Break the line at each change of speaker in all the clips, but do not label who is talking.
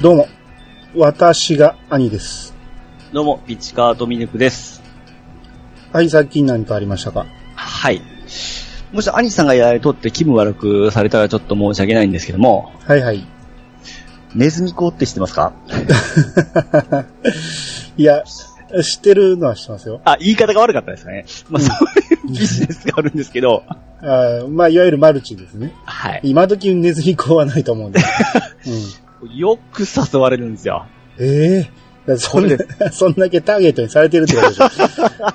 どうも、私が兄です。
どうも、ピッチカートミヌクです。
はい、最近何かありましたか
はい。もし兄さんがやられとって気分悪くされたらちょっと申し訳ないんですけども、
はいはい。
ネズミ講って知ってますか
いや、知ってるのは知ってますよ。
あ、言い方が悪かったですかね。まあ、そういうビジネスがあるんですけど、
あーまあ、いわゆるマルチですね。
はい。
今時ネズミ講はないと 思うんで。うん
よく誘われるんですよ。
ええだそん
これ
な、 そんだけターゲットにされてるってこと でしょ。
ま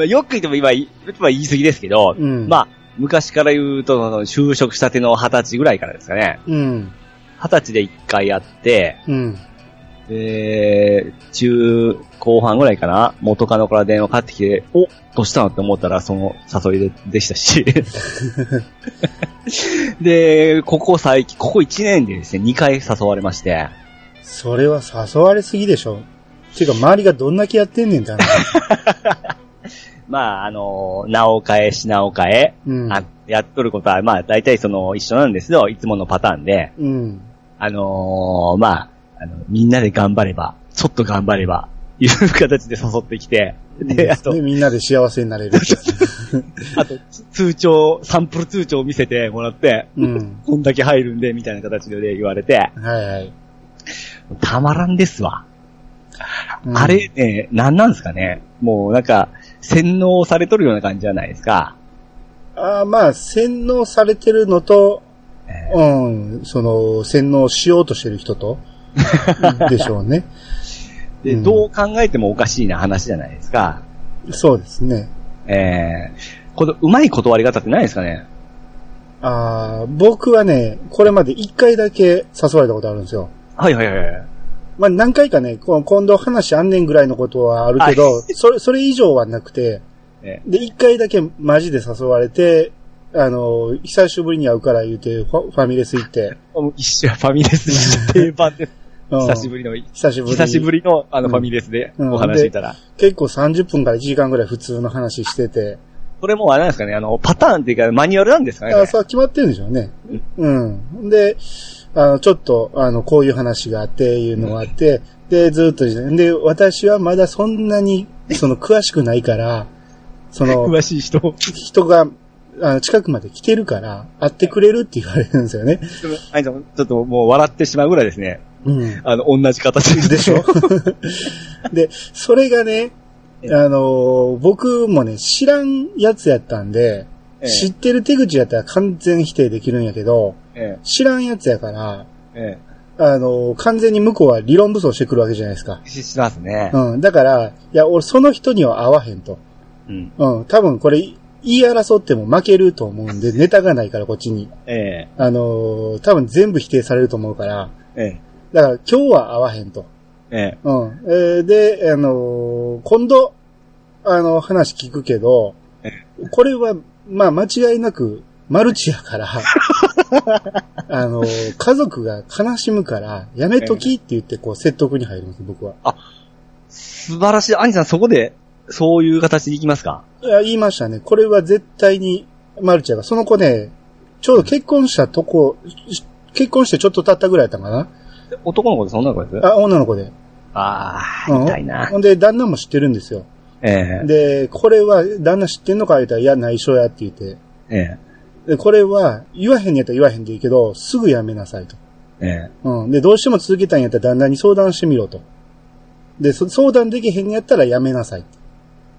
あ、よく言っても今、今言い過ぎですけど、
うん
まあ、昔から言うと、その就職したての二十歳ぐらいからですかね。
うん。
二十歳で一回やって、
うん。
で、中、後半ぐらいかな元カノから電話かかってきて、おどうしたのって思ったら、その誘いででし たし。で、ここ最近、ここ1年でですね、2回誘われまして。
それは誘われすぎでしょ。ていうか、周りがどんだけやってんねんって話。
まあ、あの、名を変え、品を変え、
うん。
あやっとることは、まあ、大体その、一緒なんですよ。いつものパターンで。
うん。
あのーまあ、あの、みんなで頑張れば、ちょっと頑張れば、いう形で誘ってきて、で、あと
ね、みんなで幸せになれる。
あと、つ通帳、サンプル通帳を見せてもらって、
うん。
こんだけ入るんで、みたいな形で言われて、
はいはい。
たまらんですわ。
うん
あれね、なんなんですかね。もうなんか、洗脳されとるような感じじゃないですか。
あーまあ、洗脳されてるのと、
え
うん、その、洗脳しようとしてる人 と、でしょうね。
で、
うん
どう考えてもおかしいな話じゃないですか。
そうですね。
えー、この、うまい断り方ってないですかね。
あー僕はね、これまで一回だけ誘われたことあるんですよ。
はいはいはいはい。
まあ、何回かね、こう今度話あんねんぐらいのことはあるけど、それ、それ以上はなくて、
え
で、一回だけマジで誘われて、あの、久しぶりに会うから言うて、ファファミレス行って、
もう一緒やファミレス、定番です。
うん
久しぶりの、
久しぶりに
久しぶりのあの
うん
ファミレスで
うん
お話してたら。
結構30分から1時間ぐらい普通の話してて、
これもうあれなんですかね、あの、パターンっていうかマニュアルなんですかね。こ
あ
れ
そう決まってるんでしょうね。うん。で、あの、ちょっと、あの、こういう話があって、いうのがあって、で、ずっとですね、で、私はまだそんなに、その、詳しくない から、その、
詳しい人。
人が、あの、近くまで来てるから、会ってくれるって言われるんですよね。
アイさん、ちょっともう笑ってしまうぐらいですね。
うん。
あの、同じ形
でし ょで、それがね、あの、僕もね、知らんやつやったんで、
ええ
知ってる手口やったら完全否定できるんやけど、
え
知らんやつやから、
え、え
あの、完全に向こうは理論武装してくるわけじゃないですか
え。。ししますね。
うん。だから、いや、俺その人には合わへんと。
うん。
うん。多分これ、言い争っても負けると思うんで、ネタがないからこっちに。
ええ、
あのー多分全部否定されると思うから。
ええ、
だから今日は合わへんと。
ええ、
うん。えーで、あのー今度、あの、話聞くけど
え、
これは、まあ間違いなく、マルチやから、あのー家族が悲しむから、やめときって言って、こう、説得に入るんです、僕は。
素晴らしい。アニさん、そこで、そういう形でいきますか
いや言いましたね。これは絶対に、マルチやから。その子ね、ちょうど結婚したとこ、し結婚してちょっと経ったぐらいだったかな
男の子でそんな子です
あ、女の子で。
あ
う
あ、
ん
痛いな。
ほんで、旦那も知ってるんですよ。
ええ、
で、これは、旦那知ってんのか言うたら、いや、内緒やって言って。
ええ、
で、これは、言わへんやったら言わへんでいいけど、すぐやめなさいと。
ええ、
うん。で、どうしても続けたいんやったら旦那に相談してみろと。で、そ相談できへんやったらやめなさい。っ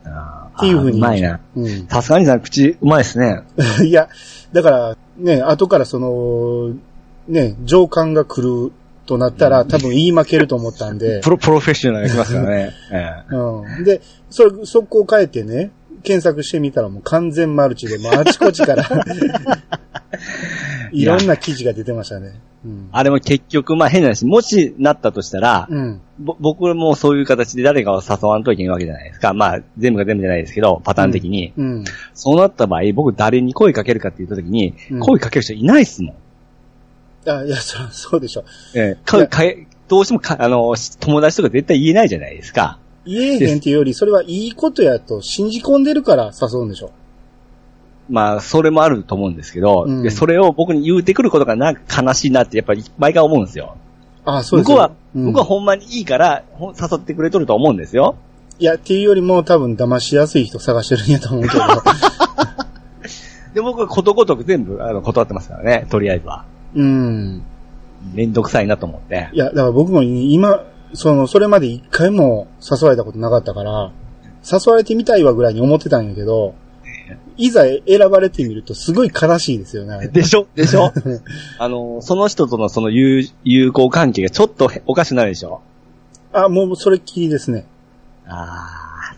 ああ
ていうふうに。
うまいな。。
うん。
さすがにさん、口、うまいですね。
いや、だから、ね、後からその、ね、上官が来るとなったら、多分言い負けると思ったんで
プ。ロ、プロフェッショナルがきますからね。ええ。
うん。で、それ、速攻変えてね、検索してみたらもう完全マルチで、もうあちこち から、いろんな記事が出てましたね。うん。
あれも結局、まあ変な話、もしなったとしたら、
うん。
ぼ僕もそういう形で誰かを誘わんといけないわけじゃないですか。まあ、全部が全部じゃないですけど、パターン的に。
うん。
そうなった場合、僕誰に声かけるかって言った時に、
うん
声かける人いないっすもん。
あ、いや、そら、そうでしょ。
ええ、
い
か
や
かえどうしてもか、あの、し友達とか絶対言えないじゃないですか。
言えへんっていうより、それはいいことやと信じ込んでるから誘うんでしょ。
まあ、それもあると思うんですけど、
うん
でそれを僕に言うてくることがなんか悲しいなって、やっぱり毎回思うんですよ。
あ、そう
向
です
こう
よ
は、
うん
向こうはほんまにいいから、ほん誘ってくれとると思うんですよ。
いや、っていうよりも多分騙しやすい人探してるんやと思う けど。
で、僕はことごとく全部、あの、断ってますからね、とりあえずは。
うん。
めんどくさいなと思って。
いや、だから僕も今、その、それまで一回も誘われたことなかったから、誘われてみたいわぐらいに思ってたんやけど、いざ選ばれてみるとすごい悲しいですよねあれ。
でしょ でしょあの、その人とのその友友好関係がちょっとへおかしくなるでしょ
あ、もうそれっきりですね。
ああ。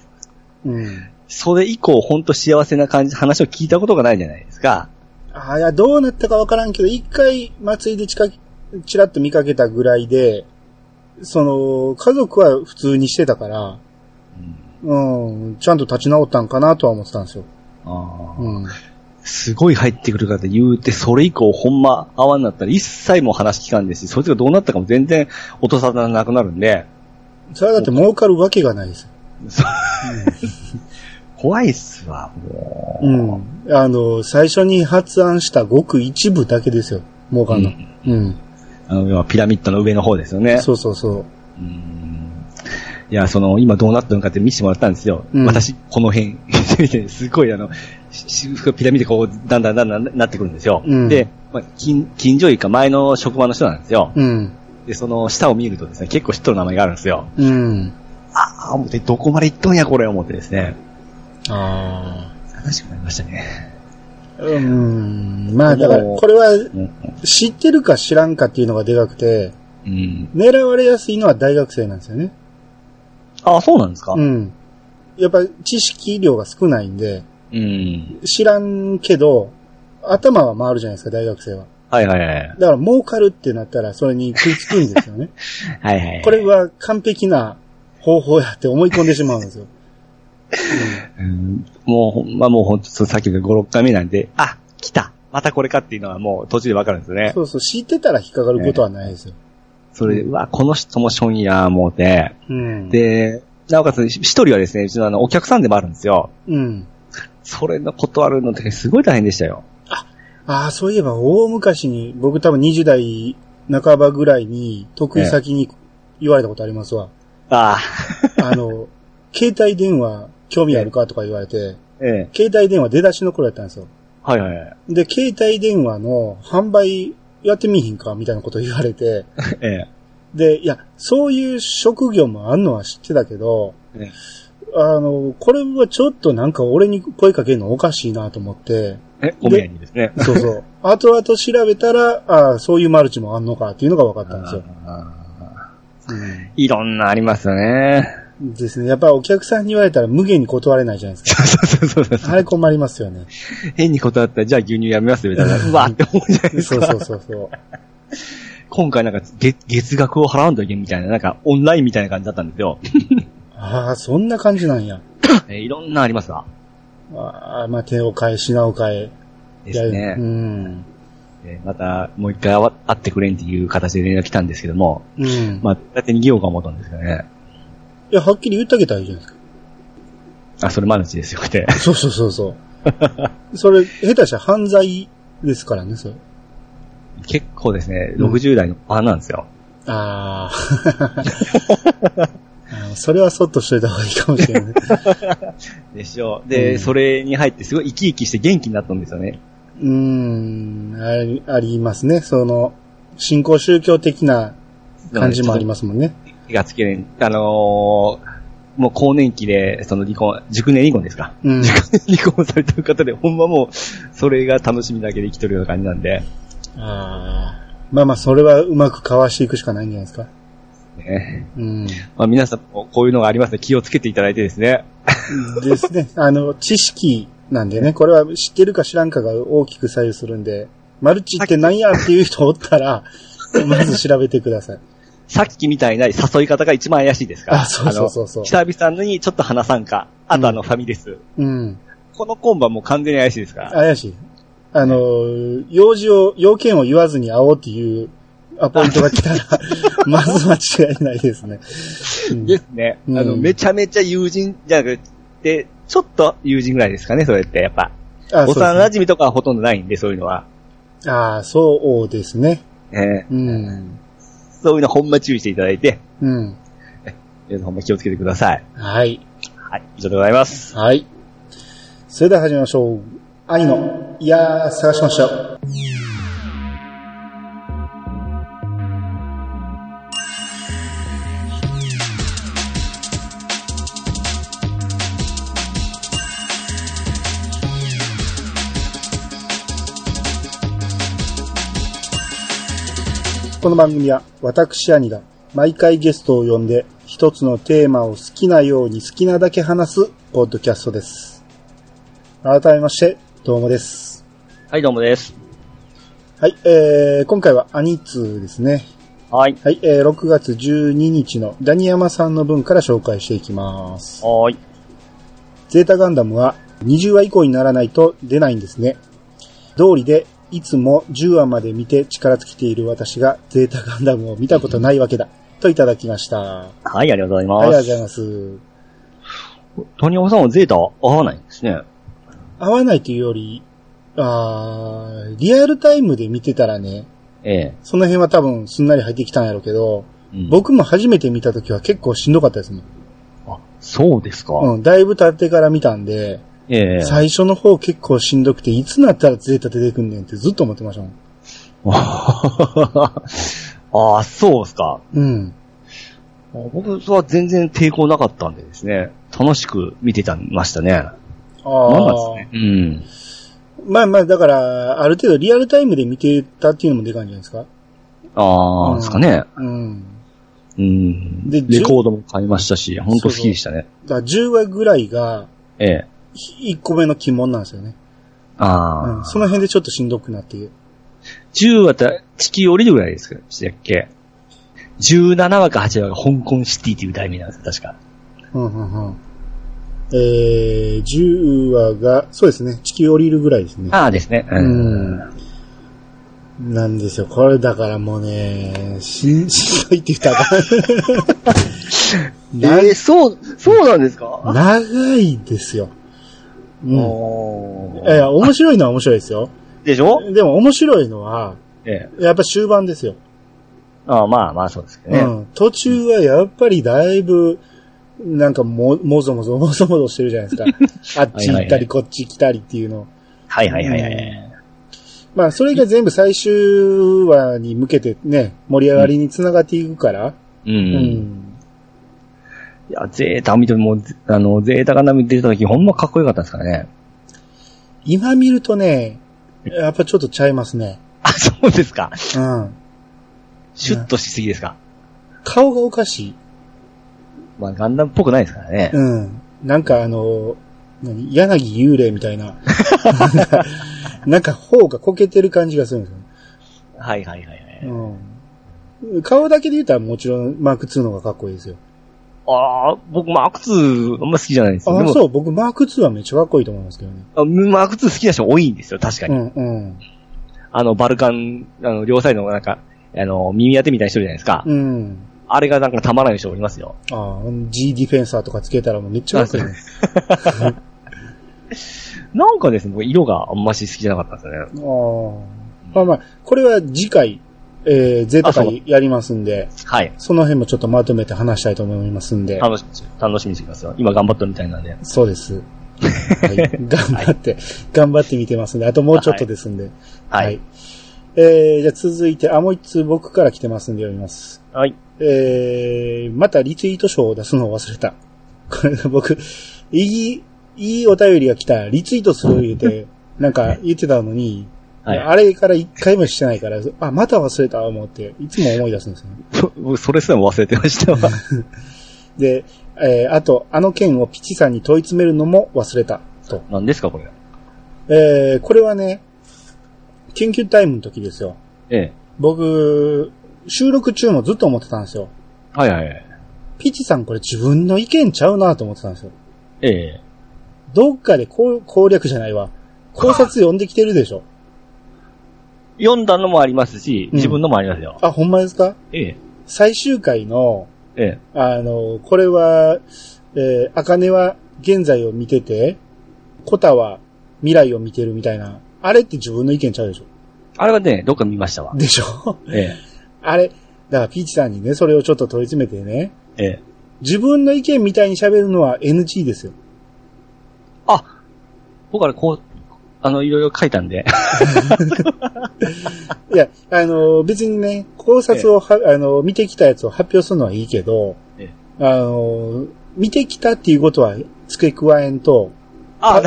うん。
それ以降、ほんと幸せな感じ、話を聞いたことがないじゃないですか。
あいや、どうなったかわからんけど、一回祭りで近く、ちらっと見かけたぐらいで、その、家族は普通にしてたから、
うん
うん、ちゃんと立ち直ったんかなとは思ってたんですよ。
あー
うん。
すごい入ってくる方言うて、それ以降ほんま会わんなったら一切もう話聞かんですし、そいつがどうなったかも全然落とさなくなるんで、
それだって儲かるわけがないですよ。
怖いっすわ、もう。
うん。あの、最初に発案したごく一部だけですよ。儲かんの。うん。
あの、要はピラミッドの上の方ですよね。
そうそうそう。
うんいや、その、今どうなったのかって見せてもらったんですよ。
うん
私、この辺、 見てすごいあの、ししピラミッドこう、だんだんだんだんなってくるんですよ。
うん
で、まあ、近、近所以か前の職場の人なんですよ。
うん。
で、その、下を見るとですね、結構人の名前があるんですよ。
うん。
ああ、思って、どこまで行っとんや、これ、思ってですね。
ああ。
悲しくなりましたね。
うん。まあ、だから、これは
うん。
知ってるか知らんかっていうのがでかくて、
うん、
狙われやすいのは大学生なんですよね。
ああ、そうなんですか
うん。やっぱ知識量が少ないんで、
うん。
知らんけど、頭は回るじゃないですか、大学生は。
はいはいはい。
だから儲かるってなったら、それに食いつくんですよ ね。
はいはい。
これは完璧な方法やって思い込んでしまうんです よ。
うんもうほん、まあ、もうほんと、さっきの5、6回目なんで、あ、来たまたこれかっていうのはもう途中でわかるんですよね。
そうそう、知ってたら引っかかることはないですよ。
それで、うわ、この人もしょんや、もうて。
うん。、
で、なおかつ、一人はですね、うちのあの、お客さんでもあるんですよ。
うん。
それの断るのってすごい大変でしたよ。
ああ、そういえば大昔に、僕多分20代半ばぐらいに、得意先に言われたことありますわ。
あ
あ の、携帯電話興味あるかとか言われて、
あ、ええ。
携帯電話出だしの頃やったんですよ。
はいはいはい。
で、携帯電話の販売やってみひんかみたいなこと言われ て、
ええ。
で、いや、そういう職業もあんのは知ってたけど、
ええ
あの、これはちょっとなんか俺に声かけるのおかしいなと思って、
え、お宮にですね。
そう そう。後々調べたら、ああ、そういうマルチもあんのかっていうのが分かったんですよ。
ああいろんなありますよね。
うんですね。やっぱお客さんに言われたら無限に断れないじゃない です
そうそうそうそ
か。あれ困りますよね。
う。変に断ったら、じゃあ牛乳やめますよ、みたい な。うわって思うじゃないです
そ
か。
うそうそうそう。
今回なんか月月額を払わんといけんみたいな、なんかオンラインみたいな感じだったんですよ。
ああ、そんな感じなんや。
えーいろんなありますわ。
ああ、まあ手を変え、品を変え。
です
いや
ね
う。ん。
えーまた、もう一回会わ会ってくれんっていう形で連絡来たんですけども、
うん。
まあ、だって逃げようか思ったんですけどね。
いや、はっきり言ってあげたらいいじゃないですか。
あ、それマルチですよって。
そうそうそう そう。それ、下手したら犯罪ですからね、それ。
結構ですね、
うん
60代のパンなんですよ。
あ あ。あのそれはそっとしといた方がいいかもし れない。
でしょ。で、
うん
それに入ってすごい生き生きして元気になったんですよね。
うーん、ありありますね。その、信仰宗教的な感じもありますもんね。
す。がつけれん。あのーもう更年期で、その離婚、熟年離婚ですか。
うん。
離婚されてる方で、ほんまもう、それが楽しみだけで生きとるような感じなんで。
あーまあまあ、それはうまくかわしていくしかないんじゃないですか。
ね
うん。
まあ皆さんもこういうのがありますので気をつけていただいてですね。
ですね。 あの、知識なんでね、これは知ってるか知らんかが大きく左右するんで、マルチって何やっていう人おったら、まず調べてください。
さっきみたいな誘い方が一番怪しいですから。
あそうそうそうそう
あの久々にちょっと話さんか。あとあの、ファミレス。
うん。
この今晩もう完全に怪しいですから。
怪しい。あの、用事を、要件を言わずに会おうっていうアポイントが来たら、まず間違いないですね。うん
ですね。あの、
うん
めちゃめちゃ友人じゃなくて、ちょっと友人ぐらいですかね、それって、やっぱ。
あそ
お
うです
幼
ね
馴染とかはほとんどないんで、そういうのは。
ああ、そうですね。
ええ
うん。
そういうのほんま注意していただいて、
うん。
皆さんほんま気をつけてください。
はい。
はい、以上でございます。
はい。それでは始めましょう。愛の、いやー、探しました。この番組は私兄が毎回ゲストを呼んで一つのテーマを好きなように好きなだけ話すポッドキャストです。改めまして、どうもです。
はい、どうもです。
はい、えー、今回は兄通ですね。
はい。
はい、えー、6月12日のダニヤマさんの文から紹介していきます。
はーい。
ゼータガンダムは20話以降にならないと出ないんですね。道理で、いつも10話まで見て力尽きている私がゼータガンダムを見たことないわけだ。といただきました。
はい、ありがとうござい
ありがと
ま
うござい
す。
ます。
谷岡さんはゼータ合わないんですね。
合わないというより、あーリアルタイムで見てたらね、
ええ。
その辺は多分すんなり入ってきたんやろうけど、
うん、
僕も初めて見た時は結構しんどかったですもん。
あ、そうですか。
うん、だいぶ経ってから見たんで、
ええ。
最初の方結構しんどくて、いつになったらゼータ出てくんねんってずっと思ってましたもん。
ああ、そうですか。
うん。
僕は全然抵抗なかったんでですね、楽しく見てたましたね。
あ
なん
あ
なんですね。うん。
まあまあ、だから、ある程度リアルタイムで見てたっていうのもでかいんじゃないですか。
ああ、
うん
ですかね。
うん。
うん。
で
レ
じゅ
コードも買いましたし、本当好きでしたね。
だから10話ぐらいが、
ええ。
1個目の鬼門なんですよね。う
ああ
ん。。その辺でちょっとしんどくなっていう。
10話た、地球降りるぐらいですかしたっけ ?17 話か8話が香港シティっていう題名なんですよ、確か。
うんうんうん。えー、10話が、そうですね、地球降りるぐらいですね。
ああですね。う。
うんん。なんですよ。これだからもうね、し、しん どいって言ったらあか んな
ええそう、そうなんですか
長いですよ。うん。
お
いやいや、面白いのは面白いですよ。
でしょ
でも面白いのは、
ええ。
やっぱ終盤ですよ。
ああ、まあまあそうですけどね。
うん。途中はやっぱりだいぶ、なんかも、もぞもぞ、もぞもぞしてるじゃない ですか。あっち行
は
っ
い
た
はいはい
り、こっち来たりっていうのを。
はいはいはいはい。
まあ、それが全部最終話に向けてね、盛り上がりにつながっていくから。
うん。
うん。
いや、ゼータ見ても、あの、ゼータがダム出た時、ほんまかっこよかったですからね。
今見るとね、やっぱちょっとちゃいますね。
あ、そうですか。
うん。
シュッとしすぎですか。
顔がおかしい。
まあ、ガンダムっぽくないですからね。
うん。なんかあの、何柳幽霊みたいな。 なんかなんか頬がこけてる感じがするんですよね
はいはいはいはい。
うん。顔だけで言ったらもちろんマーク2の方がかっこいいですよ。
ああ、僕、マーク2、あんま好きじゃないんですよ。で
あ、
も
そう、僕マーク2はめっちゃかっこいいと思いますけどね。
あマーク2好きな人多いんですよ、確か
う
に。
んうん。
あの、バルカン、あの、両サイドのなんか、あの、耳当てみたいな人いるじゃないですか。
うん。
あれがなんかたまらない人おりますよ。
あー G ディフェンサーとかつけたらもうめっちゃかっこいいです。
なんかですね、僕、色があんまし好きじゃなかったんですよね。
あーまあまあ、これは次回、えー、ゼータ会やりますんで、
はい。
その辺もちょっとまとめて話したいと思いますんで。
楽しみにし、楽しみにしてきますよ。今頑張ったみたいなんで。
そうです。 はい、頑張って、頑張って見てますんで、あともうちょっとですんで。
はい。。
えー、じゃあ続いて、あ、もう一通僕から来てますんで読みます。
はい。
えー、またリツイート賞を出すのを忘れた。これ僕、いい、いいお便りが来たらリツイートする言う て、なんか言ってたのに、
はい
あれから一回もしてないから、あ、また忘れた思って、いつも思い出すんですよね。
そ 僕それすらも忘れてましたわ。
で、えー、あと、あの件をピチさんに問い詰めるのも忘れた、と。
何ですか、これ。
えー、これはね、緊急タイムの時ですよ。
ええ。
僕、収録中もずっと思ってたんですよ。
はいはいはい。
ピチさんこれ自分の意見ちゃうなと思ってたんですよ。
ええ。
どっかでこう攻略じゃないわ。考察読んできてるでしょ。
読んだのもありますし、
うん
自分のもありますよ。
あ、ほんまですか
ええ。
最終回の、
ええ。
あの、これは、えー、アカネは現在を見てて、コタは未来を見てるみたいな。あれって自分の意見ちゃうでしょ。
あれはね、どっか見ましたわ。
でしょ
ええ。
あれ、だからピーチさんにね、それをちょっと問い詰めてね、
ええ。
自分の意見みたいに喋るのは NG ですよ。
あ僕はこう、あの、いろいろ書いたんで。
いや、あの、別にね、考察をは、あの、見てきたやつを発表するのはいいけど、
え
あの、見てきたっていうことは付け加えんと、
あ、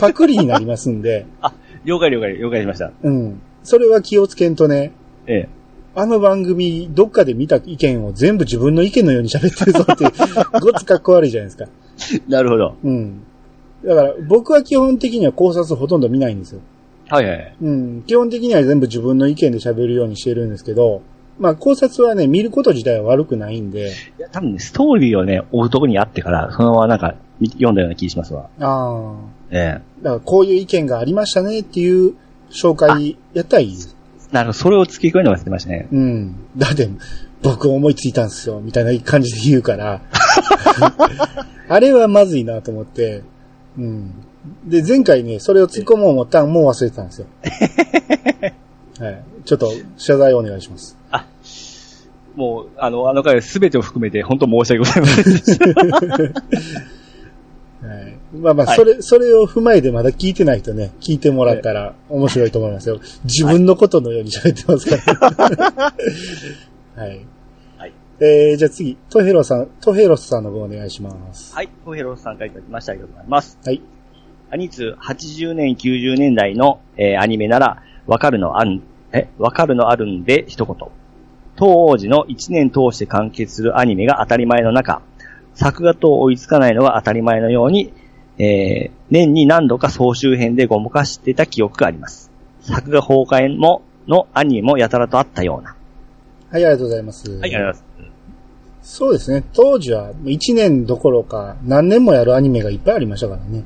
パクリになりますんで、
了解了解、了解しました。
うん。それは気をつけんとね、
ええ。
あの番組、どっかで見た意見を全部自分の意見のように喋ってるぞっていう、ごっつかっこ悪いじゃないですか。
なるほど。
うん。だから、僕は基本的には考察ほとんど見ないんですよ。
はいはい。
うん。基本的には全部自分の意見で喋るようにしてるんですけど、まあ考察はね、見ること自体は悪くないんで、
いや、多分ね、ストーリーをね、追うとこにあってから、そのままなんか、み読んだような気がしますわ。
ああ、
ええ。
だからこういう意見がありましたねっていう紹介やったらいいです。
なるほど、それを付け加えるのがってましたね。
うん。だって、僕思いついたんすよ、みたいな感じで言う から。あれはまずいなと思って。うん。で、前回ね、それを突っ込もう思ったんもう忘れてたん ですよ。はい。ちょっと、謝罪お願いします。
もう、あの、あの回すべてを含めて、本当申し訳ございませんでした。
はい。まあまあ、
はい
それ、それを踏まえてまだ聞いてないとね、聞いてもらったら面白いと思いますよ。自分のことのように喋ってますから。 はい。
はい。
えー、じゃあ次、トヘロさん、トヘロスさんの方お願いします。
はい、コヘロスさんからいただきました。ありがとうございます。
はい。
アニツ80年、90年代の、えーアニメなら、わかるのあるん、え、わかるのあるんで一言。当時の1年通して完結するアニメが当たり前の中、作画と追いつかないのが当たり前のように、えー年に何度か総集編でごまかしてた記憶があります。作画崩壊も、のアニメもやたらとあったような。
はい、ありがとうございます。
はい、ありがとうございます。
そうですね。当時は1年どころか何年もやるアニメがいっぱいありましたからね。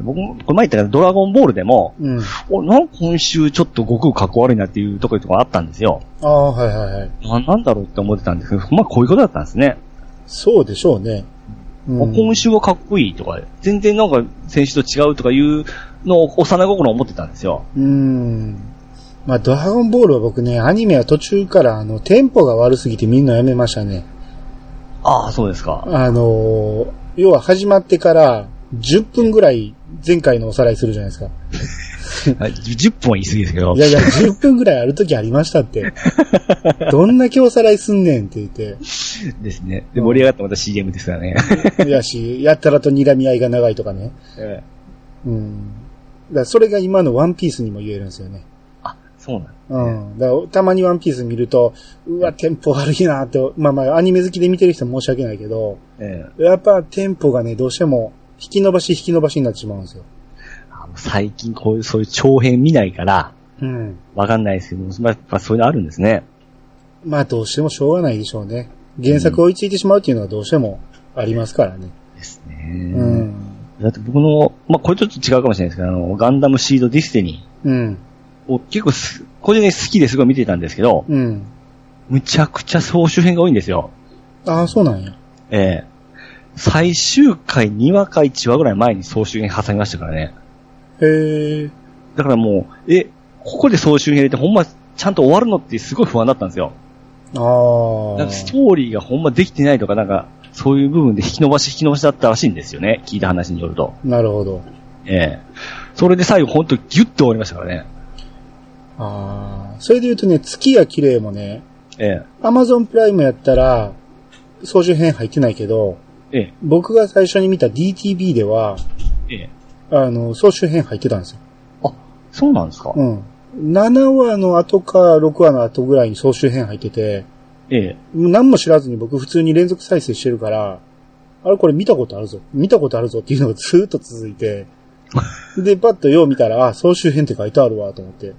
僕も、この前言ったけど、ドラゴンボールでも、
うん。あ
お、なんか今週ちょっと悟空かっこ悪いなっていうところとかあったんですよ。
あ、はいはいはい。
な、なんだろうって思ってたんですけど、ほんまこういうことだったんですね。
そうでしょうね。う
あ今週はかっこいいとか、全然なんか選手と違うとかいうのを幼心思ってたんですよ。
うん。まあ、ドラゴンボールは僕ね、アニメは途中から、あの、テンポが悪すぎてみんなやめましたね。
ああ、そうで すか。
あのー要は始まってから、10分ぐらい前回のおさらいするじゃないです か。
はい10分は言い過ぎですけど
い。やいや、10分ぐらいある時ありました って。どんだけおさらいすんねんって言っ
ですね。で、盛り上がってまた CM ですからね。
て。やし、やったらと睨み合いが長いとかね。うん。だからそれが今のワンピースにも言えるんですよね。
あ、そうなん
うん。だからたまにワンピース見ると、うわ、テンポ悪いなって、まあまあ、アニメ好きで見てる人は申し訳ないけど、
ええ
やっぱテンポがね、どうしても引き伸ばし引き伸ばしになってしまうんですよ。
あの最近こういう、そういう長編見ないから、
うん。
わかんないですけど、まあ、やっぱそういうのあるんですね。
まあどうしてもしょうがないでしょうね。原作を追いついてしまうっていうのはどうしてもありますからね。
です
う
ね。
ん。
だって僕の、まあ、これちょっと違うかもしれないですけど、あの、ガンダムシードディスティニ
うん。
ーを結構す、個人的に好きですごい見てたんですけど、
うん。
むちゃくちゃ総集編が多いんですよ。
ああ、そうなんや。
ええ最終回2話か1話ぐらい前に総集編挟みましたからね。
へえ。
だからもう、え、ここで総集編入れてほんまちゃんと終わるのってすごい不安だったんですよ。
ああ。
なんかストーリーがほんまできてないとかなんか、そういう部分で引き伸ばし引き伸ばしだったらしいんですよね。聞いた話によると。
なるほど。
ええそれで最後ほんとギュッと終わりましたからね。
ああ。それで言うとね、月が綺麗もね、
え
Amazon プライムやったら、総集編入ってないけど、
ええ
僕が最初に見た DTV では、
えええ
あの、総集編入ってたんですよ。
あ、そうなんですか、
うん。7話の後か6話の後ぐらいに総集編入ってて、
ええ
もう何も知らずに僕普通に連続再生してるから、あれこれ見たことあるぞ、見たことあるぞっていうのがずーっと続いて、 で、パッとよう見たら、あ、総集編って書いてあるわと思って。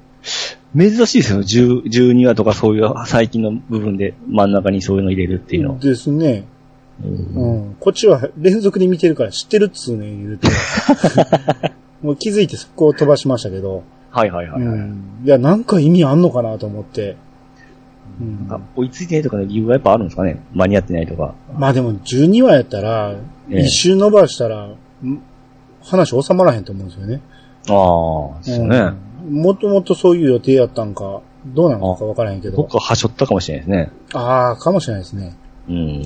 珍しいですよ。10 12話とかそういう最近の部分で真ん中にそういうの入れるっていうの。
ですね。
うん
うん。こっちは連続で見てるから知ってるっつうねん 言うて。もう気づいてそこを飛ばしましたけど。
はいはいはい、はい。
うん。いや、なんか意味あんのかなと思って。うん。
あ追いついてないとかの理由はやっぱあるんですかね間に合ってないとか。
まあでも12話やったら、
ええ
一周伸ばしたら、ん話収まらへんと思うんですよね。
ああ、そうね。
うんもっともっとそういう予定やったんか、どうなのかわからへんけ
どっ
ど。
かはしょったかもしれないですね。
ああ、かもしれないですね。
う。
うんん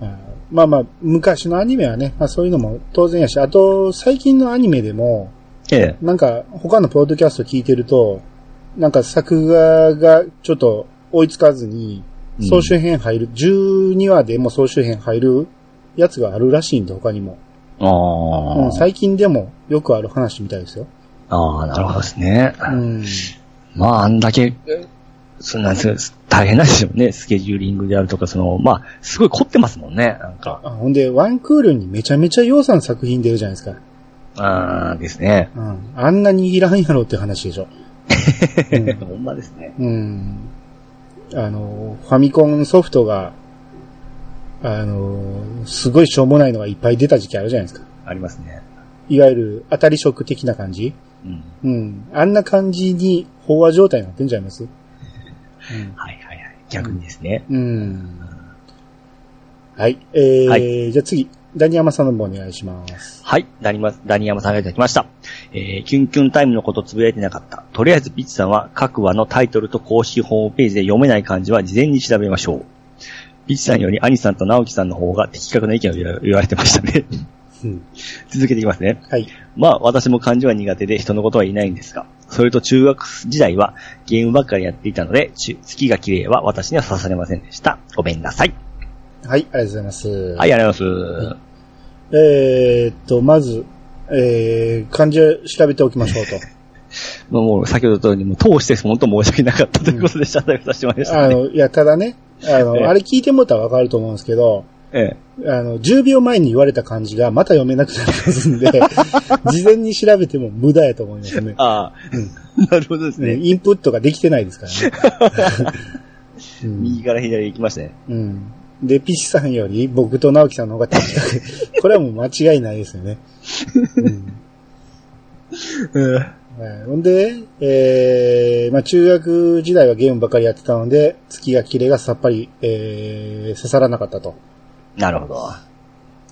あーまあまあ、昔のアニメはね、まあそういうのも当然やし、あと、最近のアニメでも、
ええ。
なんか、他のポッドキャスト聞いてると、なんか作画がちょっと追いつかずに、
うん
総集編入る、12話でも総集編入るやつがあるらしいんで、他にも。
あ
うん、
あ。
最近でもよくある話みたいですよ。
ああ、なるほどですね。
うん。
まあ、あんだけ、そんなんです大変なんでしょうね。スケジューリングであるとか、その、まあ、すごい凝ってますもんね。なんか、
あほんで、ワンクールにめちゃめちゃ洋さん作品出るじゃないですか。
あーですね。
うん。あんなにいらんやろって話でしょ。うん
ほんまですね。
うん。あの、ファミコンソフトが、あの、すごいしょうもないのがいっぱい出た時期あるじゃないですか。
ありますね。
いわゆる当たり職的な感じ
うん。
うん。あんな感じに飽和状態になってんちゃいます
はいはいはい。逆にですね。
うん。うん。はい。えー
は
じゃあ次、ダニヤマさんの方お願いします。
はい。ダニマ、ダニヤマさんがいただきました。えー、キュンキュンタイムのことつぶやいてなかった。とりあえず、ピッチさんは各話のタイトルと公式ホームページで読めない漢字は事前に調べましょう。ピッチさんより兄さんと直樹さんの方が的確な意見を言わ言われてましたね。
うん。
続けていきますね。
はい。
まあ、私も漢字は苦手で人のことは言いないんですが、それと中学時代はゲームばっかりやっていたので、ち月が綺麗は私には刺されませんでした。ごめんなさい。
はい、ありがとうございます。は。
はいい、ありがとうございま
えーっと、まず、えー、漢字を調べておきま しょうと。
す。まあもう、先ほどとおりも通して本当申し訳なかったということで謝罪をさせてもらいました
あ。の、いや、ただね、あの、
ええ
あれ聞いてもらったらわかると思うんですけど、
え
あの、10秒前に言われた漢字がまた読めなくなります んで、事前に調べても無駄やと思いますね
え。。ああ、なるほどです
ね
ね。
インプットができてないですから ね。うん
右から左へ行きましたね。
うん。で、ピシさんより僕と直樹さんの方が高い。 これはもう間違いないですよね。うんはいほんで、えー、まあ中学時代はゲームばかりやってたので、月が綺麗がさっぱり、えー、刺さらなかったと。
なるほど。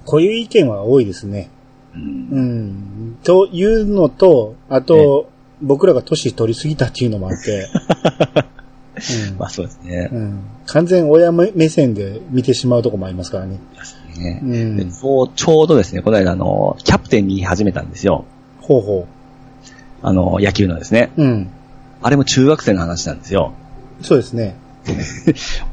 こういう意見は多いですね。
うん
うん。というのと、あと、僕らが年取りすぎたっていうのもあ って。うん
まあそうですね。
うん完全親目線で見てしまうとこもありますからね。
ね
うん。
そう、ちょうどですね、この間、あの、キャプテンに始めたんですよ。
ほうほ
あの、野球のですね。
う。うん。
あれも中学生の話なんですよ。
そうですね。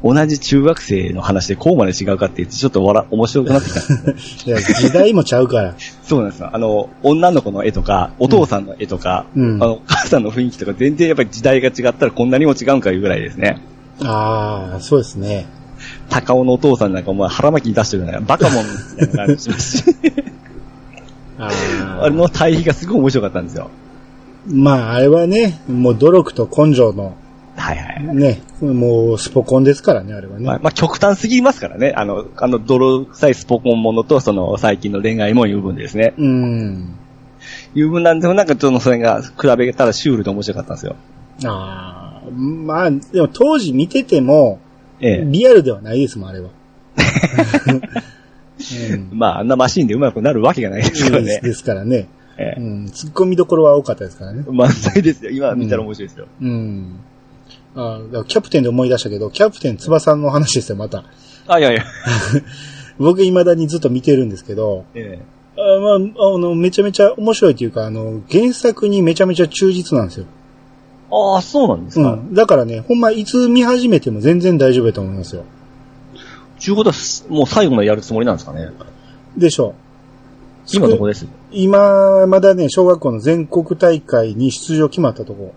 同じ中学生の話でこうまで違うかって言って、ちょっと笑、面白くなってきた。
いや、時代もちゃうから。
そうなんですよ。あの、女の子の絵とか、お父さんの絵とか、
うん
あの、お母さんの雰囲気とか、全然やっぱり時代が違ったらこんなにも違うんかいうぐらいですね。
ああ、そうですね。
高尾のお父さんなんかもう腹巻きに出してるような、バカモンみたいな感じします し、
あ
あれの対比がすごい面白かったんですよ。
まあ、あれはね、もう努力と根性の、
はいはい。
ね、もうスポコンですからね、あれはね。
まあ、まあ、極端すぎますからね。あの、あの、泥臭いスポコンものと、その、最近の恋愛もいう分ですね。
うん。
いう分なんでも、なんかちょっとそれが比べたらシュールで面白かったんですよ。
ああ、まあ、でも当時見てても、
ええ。
リアルではないですもん、あ れは。うん
まあ、あんなマシンでうまくなるわけがないですからね。
ですからね。う
ええ
ん、突っ込みどころは多かったですからね。
満載ですよ。今見たら面白いですよ。
うん。あだからキャプテンで思い出したけど、キャプテン翼の話ですよ、また。
あ、いやいや。
僕未だにずっと見てるんですけど、
え
あまあ、あの、めちゃめちゃ面白いというか、あの、原作にめちゃめちゃ忠実なんですよ。
えああ、そうなんです
う
か。
ん。だからね、ほんまいつ見始めても全然大丈夫だと思いますよ。
ちゅうことは、もう最後までやるつもりなんですかね。
でしょう。
今どこです
今、まだね、小学校の全国大会に出場決まったとこ。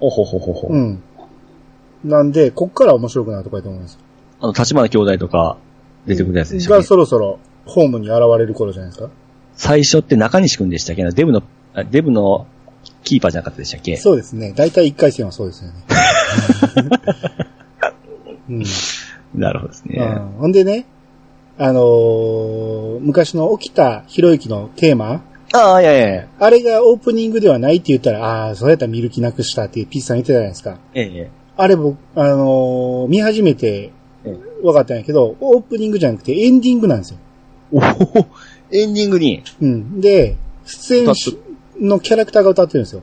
おほほほほ。
うん。なんで、こっから面白くなるとこやと思います。
あの、立花兄弟とか出てくるやつでしょ、
がそろそろ、ホームに現れる頃じゃないですか。
最初って中西くんでしたっけなデブの、あデブのキーパーじゃなかったでしたっけ
そうですね。大体1回戦はそうですよ ね。うん
なるほどですね。
うんほんでね、あのー昔の沖田博之のテーマ、
ああ、いやいやいや。
あれがオープニングではないって言ったら、ああー、そうやったら見る気なくしたってピッチさん言ってたじゃないですか。
ええ。
あれ僕、あのー見始めて
え
分かったんやけど、オープニングじゃなくてエンディングなんですよ。
おほほ。エンディングに。
うん。で、出演しのキャラクターが歌ってるんですよ。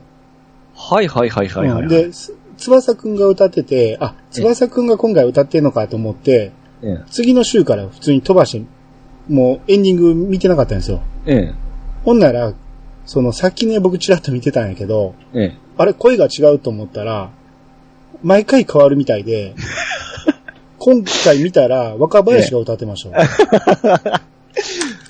はいはいはいはいはい、
うん
はい。
で、す翼くんが歌ってて、あ、翼くんが今回歌ってんのかと思って、
ええ
次の週から普通に飛ばして、もうエンディング見てなかったんですよ。
ええ、
ほんなら、そのさっきね、僕ちらっと見てたんやけど、
ええ。
あれ、声が違うと思ったら、毎回変わるみたいで、今回見たら若林が歌ってましたよ。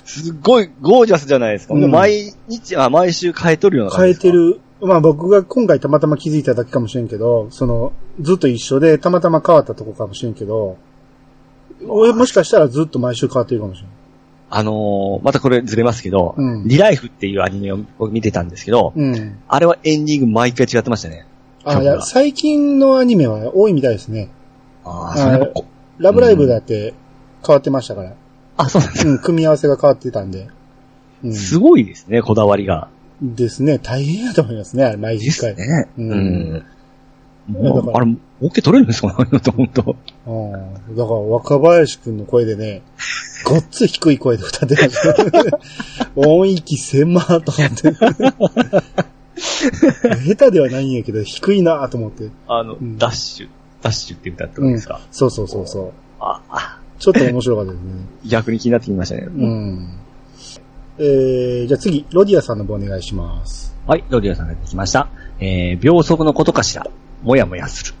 すっごいゴージャスじゃないですか。もう
うん
毎日、あ、毎週変えとるような感
変
じ
え
ですか。
てる。まあ僕が今回たまたま気づいただけかもしれんけど、その、ずっと一緒でたまたま変わったとこかもしれんけど、俺もしかしたらずっと毎週変わってるかもしれん。
あのー、またこれずれますけど、
うん
リライフっていうアニメを僕見てたんですけど、
うん。
あれはエンディング毎回違ってましたね。
あいや最近のアニメは多いみたいですね。
あ
あ
あ、それもこ、
ラブライブだって変わってましたから。
あ、そうなんです。
うん、組み合わせが変わってたんで。 うん。
すごいですね、こだわりが。
ですね。大変やと思いますね、あれ毎
で
日
す
回。
ね。
う
うんん。
だから
あれ、OK 取れるんですか ね、本当。
うん。だから若林くんの声で ね、ごっつ低い声で歌ってたんですよ 音域狭ーと思 って。下手ではないんやけど、低いなーと思って。
あの、
ん
ダッシュ、ダッシュって歌ったん
う
で
ん。
すか。
そうそうそうそう。
ああ、
ちょっと面白かったです ね。
逆に気になってきましたね。
うん。えー、じゃあ次、ロディアさんの方お願いします。
はい、ロディアさんがやってきました。えー、秒速のことかしら。もやもやする。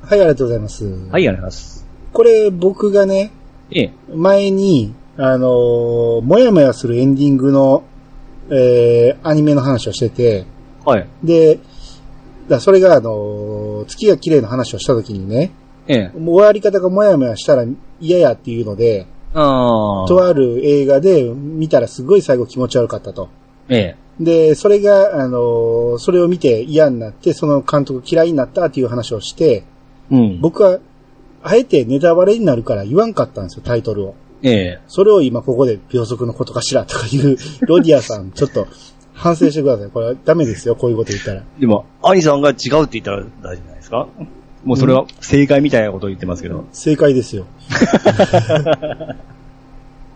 はい、ありがとうございます。
はい、ありがとうございます。
これ、僕がね、
ええ、
前に、あのーもやもやするエンディングの、えー、アニメの話をしてて、
はい、
で、だそれが、あのー月が綺麗な話をした時にね、
ええ、
もう終わり方がもやもやしたら嫌やっていうので、
ああ、
とある映画で見たらすごい最後気持ち悪かったと。
ええ、
で、それが、あのーそれを見て嫌になって、その監督嫌いになったっていう話をして、
うん、
僕は、あえてネタバレになるから言わんかったんですよ、タイトルを。
ええ、
それを今ここで秒速のことかしらとかいうロディアさん、ちょっと反省してください。これはダメですよ、こういうこと言ったら。
でも、アニさんが違うって言ったら大事じゃないですかもうそれは正解みたいなことを言ってますけど。
正解ですよ。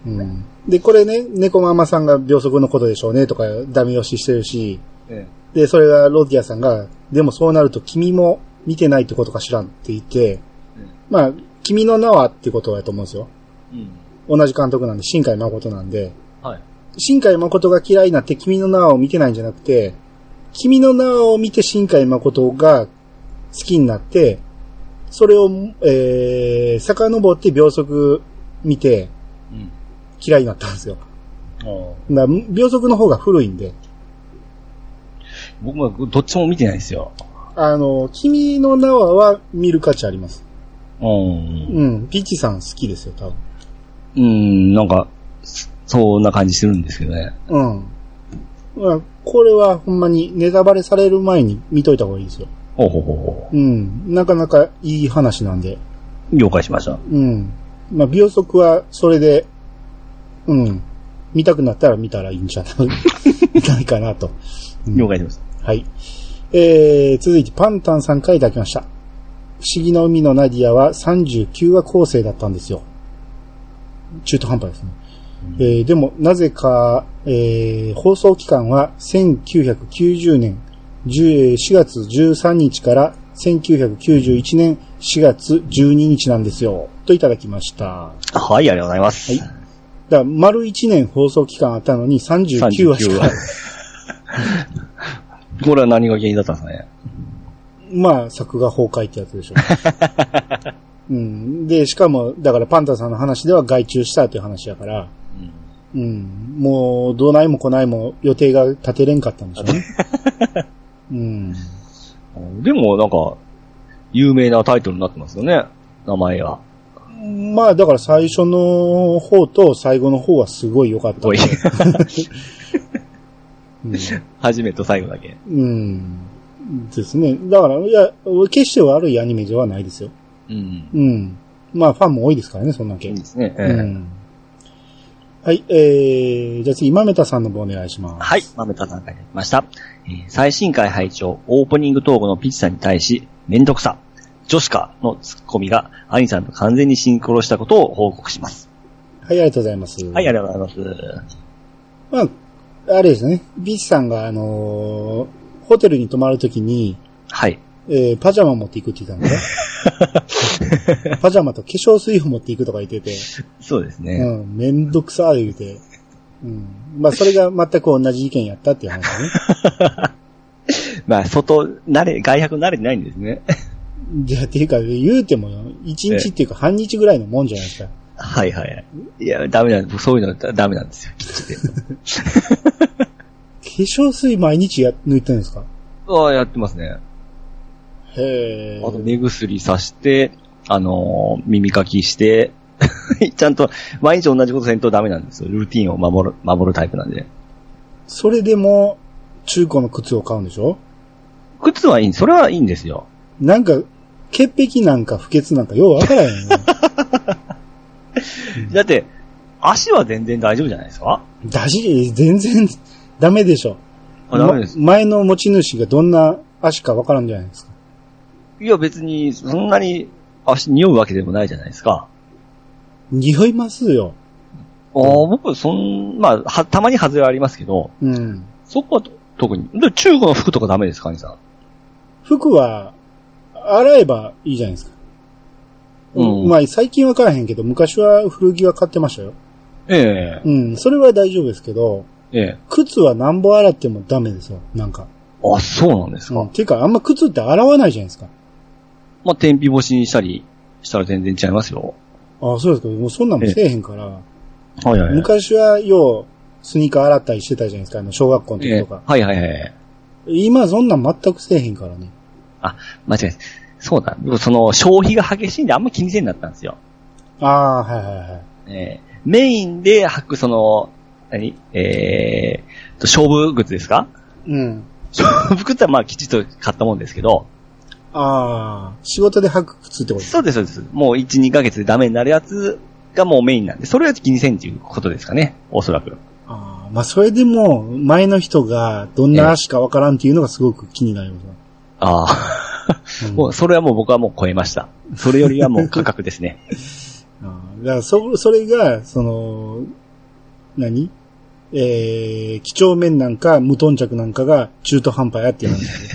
うん、で、これね、猫ママさんが秒速のことでしょうねとかダメ押ししてるし、
え
で、それがロディアさんが、でもそうなると君も見てないってことかしらんって言って
うん、
まあ、君の名はってことだと思うんですよ。
え、うん。
同じ監督なんで、新海誠なんで、
はい。
新海誠が嫌いになって君の名を見てないんじゃなくて、君の名を見て新海誠が好きになって、それを、えー、遡って秒速見て
うん。
嫌いになったんですよ。
ああ
な秒速の方が古いんで、
僕もどっちも見てないですよ。
あの、君の名は見る価値あります。
うん。
うん、ピッチさん好きですよ、多
うん、なんか、そそんな感じするんですけどね。
分。うん。まあ、これはほんまにネタバレされる前に見といた方がいいですよ。
ほうほうほうほ
うん、なかなかいい話なんで。
う。了解しました。
うん。まあ、秒速はそれで、うん。見たくなったら見たらいいんじゃないない かなと。うん
了解しました。
はい。えー、続いてパンタンさんからいただきました。不思議の海のナディアは39話構成だったんですよ。中途半端ですね。えー、でも、なぜか、えー、放送期間は1990年10 4月13日から1991年4月12日なんですよ。といただきました。
はい、ありがとうございます。
はいだから丸1年放送期間あったのに39話し
39
か
話。 これは何が原因だったんですかね。
まあ、作画崩壊ってやつで しょう。うん。で、しかも、だからパンタさんの話では外注したという話やから、うん。もう、どないも来ないも予定が立てれんかったんでしょうね。 うん。
うんでも、なんか、有名なタイトルになってますよね。名前が。
まあ、だから最初の方と最後の方はすごい良かったん
おい
で。うん
初めと最後だけ。
うん。ですね。だから、いや、決して悪いアニメではないですよ。
うん。
うん。まあ、ファンも多いですからね、そんだけ。
いいですね。ええ
うんはい、えー、じゃあ次、まめたさんの方お願いします。
はい。。豆田さんからいただきました。えー最新回拝聴オープニングトークのピッチさんに対し、めんどくさ、女子かのツッコミが、アニさんと完全にシンクロしたことを報告します。
はい、ありがとうございます。
はい、あ
あ
りがとうございます。
まあ、あれですね。ビッチさんが、あのーホテルに泊まるときに、
はい。
えー、パジャマ持っていくって言ったの ね。パジャマと化粧水を持っていくとか言ってて、
そうですね。
うん、めんどくさー言うて。うん。まあ、それが全く同じ意見やったっていう話 だね。
まあ、外、慣れ、外泊慣れてないんですね。
いや、っていうか、言うても、一日っていうか半日ぐらいのもんじゃないですか。
はいはい。いや、ダメなんです。そういうのダダメなんですよ、きっちり。
化粧水毎日や抜いてるんですか
ああ、やってますね。
へ
あ
え。
と、目薬さして、あのー耳かきして、 ちゃんと、毎日同じことせんとダメなんですよ。ルーティンを守る、守るタイプなんで。
それでも、中古の靴を買うんでしょ
靴はいいん、それはいいんですよ。
なんか、潔癖なんか不潔なんかようわからへ んよ。
だって、足は全然大丈夫じゃないですか
だし、全然ダメでしょ。
あダメです。
ま前の持ち主がどんな足かわからんじゃないですか。
いや、別に、そんなに足匂うわけでもないじゃないですか。
匂いますよ。
ああ、僕、そん、まあ、は、たまに外れはありますけど、
うん。
そこはと特に。で、中古の服とかダメですか、兄さん。
服は、洗えばいいじゃないですか。
うん
まあ、最近わからへんけど、昔は古着は買ってましたよ。
え
うん。それは大丈夫ですけど、
えええ
靴は何本洗ってもダメですよ。なんか。
あ、そうなんですか。
うん。ていうか、あんま靴って洗わないじゃないですか。
まあ、天日干しにしたりしたら全然違いますよ。
ああ、そうですか。もうそんなんもせえへんから。
はいはいはい。
昔は、よう、スニーカー洗ったりしてたじゃないですか。あの、小学校の
え
時
え
とか。
はいはいはい。
今、そんなん全くせえへんからね。
間違いない。そうだ。僕その、消費が激しいんであんま気にせんなったんですよ。
ああー、はいはいはい。
ええメインで履く、その、何ええと、勝負靴ですか
うん。
勝負靴はまあ、きちっと買ったもんですけど、
ああ、仕事で履く靴ってことです
そうです、そうです。もう1、2ヶ月でダメになるやつがもうメインなんで、それは気にせんっていうことですかね、おそらく。
ああ、まあそれでも、前の人がどんな足かわからんっていうのがすごく気になりま
ああ。
す。うん
もう、それはもう僕はもう超えました。それよりはもう価格ですね。
ああだからそ、それが、その、何えー、几帳面なんか無頓着なんかが中途半端やっていう話 です。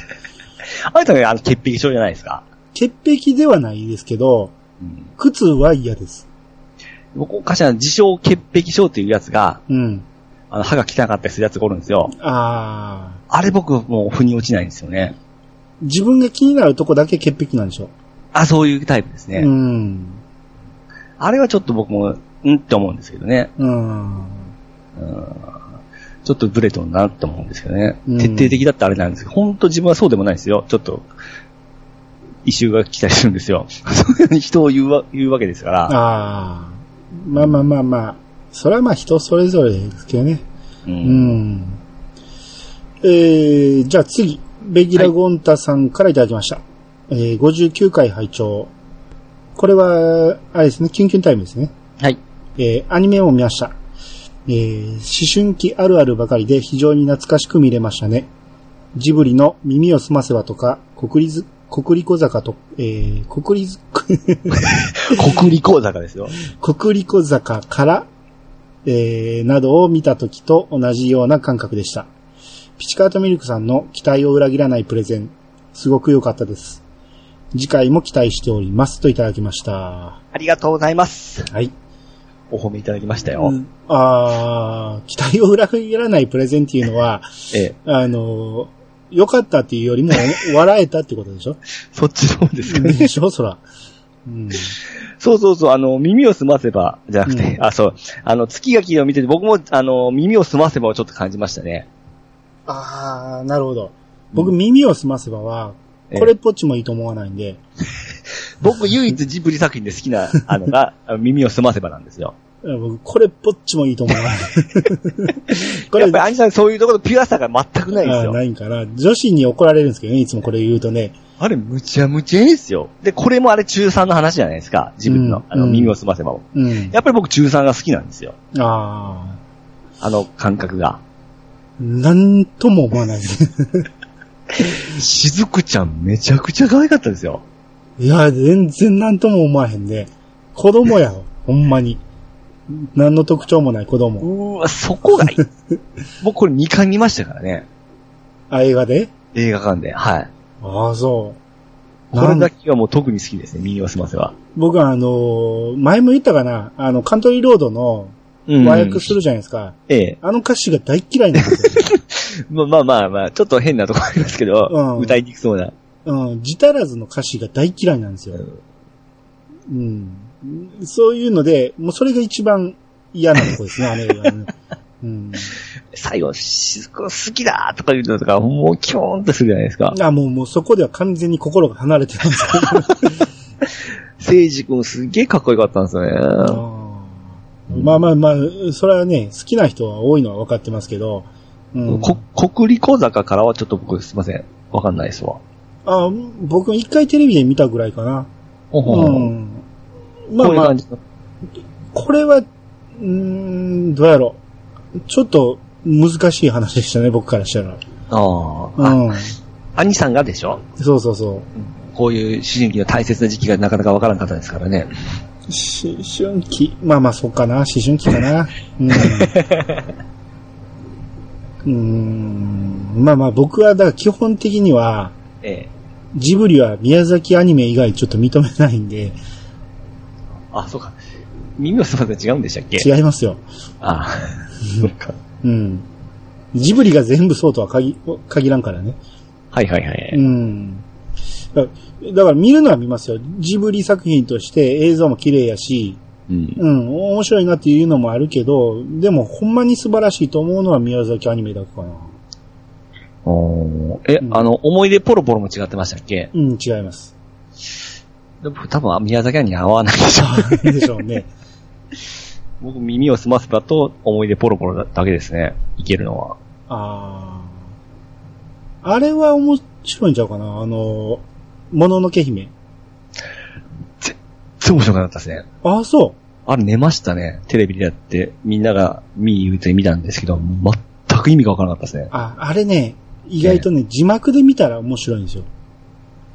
あなたがあの、潔癖症じゃないですか。
潔癖ではないですけど、
うん。
靴は嫌です。
僕、おかしな、自称潔癖症っていうやつが、
うん。
あの、歯が汚かったりするやつがおるんですよ。
ああ、
あれ僕、もう、腑に落ちないんですよね。
自分が気になるとこだけ潔癖なんでしょ
あ、そういうタイプですね。
うん。
あれはちょっと僕も、うんって思うんですけどね。
うん。
うん。ちょっとブレとんなって思うんですけどね。
うん
徹底的だってあれなんですけど、本当自分はそうでもないですよ。ちょっと、異臭が来たりするんですよ。 そういうふうに人を言うわ言うわけですから。
ああ。まあまあまあまあ。それはまあ人それぞれですけどね。
う。
うんん。えー、じゃあ次。ベギラゴンタさんからいただきました。えー、59回拝聴これは、あれですね、キュンキュンタイムですね。
はい。
えー、アニメも見ました。えー、思春期あるあるばかりで非常に懐かしく見れましたね。ジブリの耳をすませばとか、国立、国立小坂と、えー、国立、
国立講坂ですよ。
国立小坂から、えー、などを見た時と同じような感覚でした。ピチカートミルクさんの期待を裏切らないプレゼン、すごく良かったです。次回も期待しておりますといただきました。は
ありがとうございます。
い。
お褒めいただきましたよ。
うんあー期待を裏切らないプレゼンっていうのは、
ええ。
あのー、良かったっていうよりも、 笑えたってことでしょ
そっちの方ですかね。
でしょそら。うん。
そうそうそう、あの、耳を澄ませば、じゃなくて、
う
あ、そう、あの、月が綺麗を見てて、僕も、あの、耳を澄ませばをちょっと感じましたね。
あー、なるほど。僕、
うん
耳を澄ませばは、
ええ
これっぽっちもいいと思わないんで、
僕、唯一ジブリ作品で好きな、あの が、あの耳を澄ませばなんですよ。
僕、これっぽっちもいいと思わ ない。こ
や
れ
っぱ、りアニさんそういうところのピュアさが全くないんです
あ
よ。
な
あ
いんかな。女子に怒られるんですけどね、いつもこれ言うとね。
れ、むちゃむちゃいいですよ。で、これもあれ中3の話じゃないですか。ジブリの、
うん
あの、
うん
耳を澄ませばを。
うん。
やっぱり僕、中3が好きなんですよ。
あ
あの感覚が。
ー、なんとも思わないですね。
しずくちゃん、めちゃくちゃ可愛かったですよ。
いや、全然なんとも思わへんで。子供 やろ、ほんまに。何の特徴もない子供。
うーわ、そこがいい。僕、これ2回見ましたからね。
あ、映画で
映画館で、はい。
ああ、そう。
これ
なん
だけがもう特に好きですね、耳をすませは。
僕はあのー前も言ったかな、あの、カントリーロードの
う
和訳するじゃないですか。
ええ。
あの歌詞が大嫌いなん ですよ。
まあまあまあまあ、ちょっと変なとこありますけど、
うん
歌いにくそうな。
うん、自足らずの歌詞が大嫌いなんですよ。うん。そういうので、もうそれが一番嫌なとこですね、あの映画のね。 うん。
最後、し好きだとか言うのとか、もうキョーンとするじゃないですか。
あ、もう、もうそこでは完全に心が離れてるんですけど。
聖司君すっげえかっこよかったんですよ
あ
ね。
ーまあまあまあ、それはね、好きな人は多いのは分かってますけど、うん。
こ、国立小坂からはちょっと僕すいません。わかんないですわ。
あ僕一回テレビで見たぐらいかな。
ほほ
う
ほ
ん。まあ
こういう
まあ、
感じの
これは、うーん、どうやろう。ちょっと難しい話でしたね、僕からしたら。
ああ、
うん。
兄さんがでしょ
そうそうそ
こういう思春期の大切な時期がなかなかわからんかったですからね。
う。思春期。まあまあ、そうかな。思春期かな。 うん。うーん。まあまあ、僕は、だから基本的には、
ええ。
ジブリは宮崎アニメ以外ちょっと認めないんで、
あ、そうか。耳をすません違うんでしたっけ
違いますよ。
ああ。 そうか。
うん。ジブリが全部そうとは限限らんからね。
はいはいは
う
い。
ん。だだから見るのは見ますよ。ジブリ作品として映像も綺麗やし、
うん。
うん、面白いなっていうのもあるけど、でもほんまに素晴らしいと思うのは宮崎アニメだけかな。
おーえ、
うん
あの、思い出ポロポロも違ってましたっけ
うん、違います。
でも多分宮崎に合わないでしょ。
でしょうね。
僕耳をすませばと思い出ポロポロだけですね。いけるのは。
ああ。あれは面白いんちゃうかな。あの、もののけ姫。
すごい面白くなかったですね。
ああ、そう。
あれ寝ましたね。テレビでやって、みんなが見言うて見たんですけど、全く意味がわからなかったですね。
あ、あれね、意外とね、字幕で見たら面白いんですよ。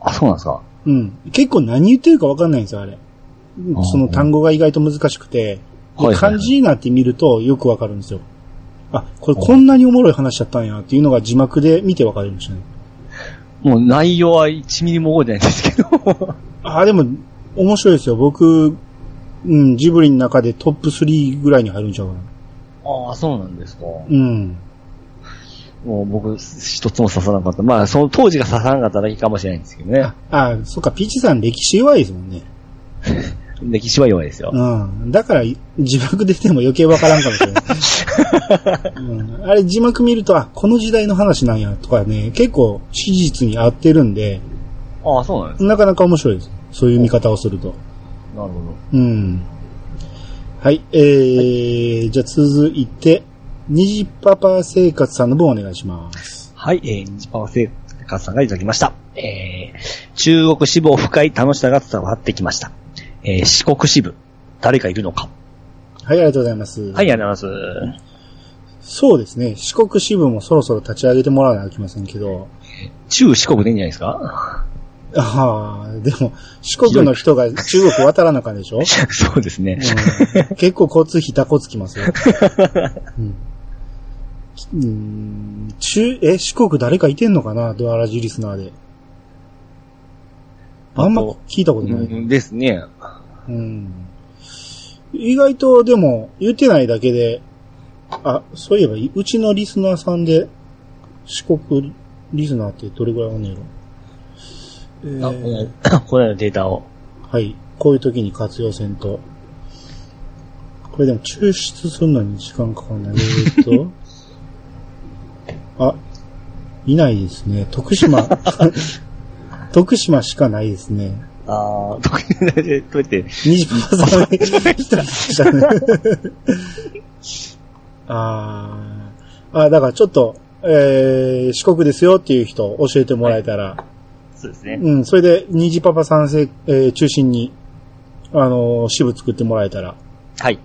あ、そうなんですか
うん。結構何言ってるか分かんないんですよ、あれ。その単語が意外と難しくて、
はいはいはい
漢字になって見るとよく分かるんですよ。あ、これこんなにおもろい話だったんやっていうのが字幕で見て分かりましたね。
もう内容は1ミリも覚えてないんですけど。
あ、でも、面白いですよ。僕、うん、ジブリの中でトップ3ぐらいに入るんちゃうかな。
ああ、そうなんですか。
うん。
もう僕、一つも刺さなかった。まあ、その当時が刺さなかっただけかもしれないんですけどね
あ。、あ、そっか、ピーチさん歴史弱いですもんね。
歴史は弱いですよ。
うん。だから、字幕出ても余計わからんかもしれない。うん、あれ、字幕見ると、あ、この時代の話なんや、とかね、結構、史実に合ってるんで、
ああ、そうなんです
なかなか面白いです。そういう見方をすると。
なるほど。
うん。はい、えーじゃあ続いて、虹パパ生活さんの分お願いします。
はい、えー、ニジパワ生活さんがいただきました。えー、中国支部を深い楽しさが伝わってきました。えー、四国支部、誰かいるのか
はい、ありがとうございます。。
はいい、ありがとうございます。
そうですね、四国支部もそろそろ立ち上げてもらわなきゃいけませんけど、
中四国でいいんじゃないですか
ああ、でも、四国の人が中国渡らなあかんで しょ
そうですね。
うん結構交通費タコつきます よ。うんうん中、え、四国誰かいてんのかなドアラジリスナーで。あんま聞いたことない。
うんですね。
うん意外とでも言ってないだけで、あ、そういえばうちのリスナーさんで四国リスナーってどれぐらいあんねやろ、えー
あこの このデータを。
はい。こういう時に活用せんと。これでも抽出するのに時間かかんない。えーっと。 あ、いないですね。徳島。 徳島しかないですね。
ああ、特に、 どうやって、
虹パパさん、一人でしたね。 あーあ、だからちょっと、えー、四国ですよっていう人教えてもらえたら、
そうですね。
うん、それで、虹パパさんせ、えー中心に、あのー支部作ってもらえたら、
はい。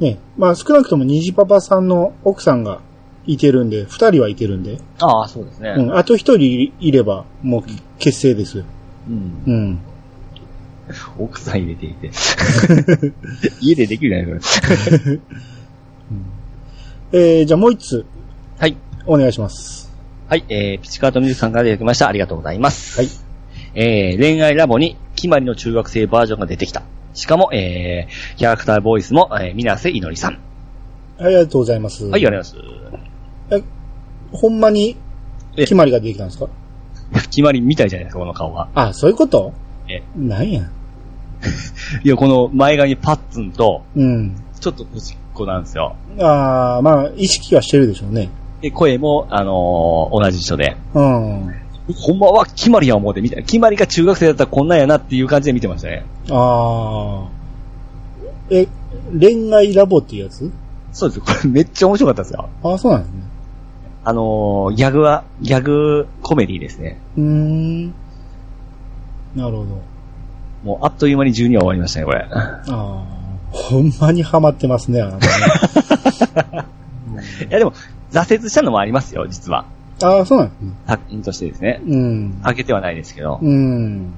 ね、まあ少なくとも虹パパさんの奥さんがいてるんで、二人はいてるんで、
ああ、そうですね。
うん、あと一人いれば、もう結成ですよ。
うん
うん。
奥さん入れていて。 家でできるじゃないですか。
えー、じゃあもう一つ、
はい。
お願いします。
はい、えー、ピチカートミュージックさんからいただきました。ありがとうございます。
はい。
えー、恋愛ラボに、決まりの中学生バージョンが出てきた。しかも、えー、キャラクターボイスも、えー、水瀬いのりさん。
ありがとうございます。
はい、ありがとうござい
ほんまに、
え
決まりができたんですか
ます。 決まりみたいじゃないですか、この顔は。
あ、そういうこと
え
なんや。
いや、この前髪パッツンと、
うん。
ちょっとぶしっこなんですよ。
ああ、まあ、意識はしてるでしょうね。
で、声も、あのー同じ人で。
うん。
ほんまは、決まりや思うて、みたいな。決まりが中学生だったらこんなんやなっていう感じで見てましたね。
ああ。え、恋愛ラボっていうやつ
そうです。これめっちゃ面白かったですよ。
ああ、そうなんですね。
あのーギャグは、ギャグコメディですね。
うーん。なるほど。
もう、あっという間に12は終わりましたね、これ。
ああ。ほんまにハマってますね、あなたね
いや、でも、挫折したのもありますよ、実は。
ああ、そうなんですね。
作品としてですね。
うん。
あげてはないですけど。
うん。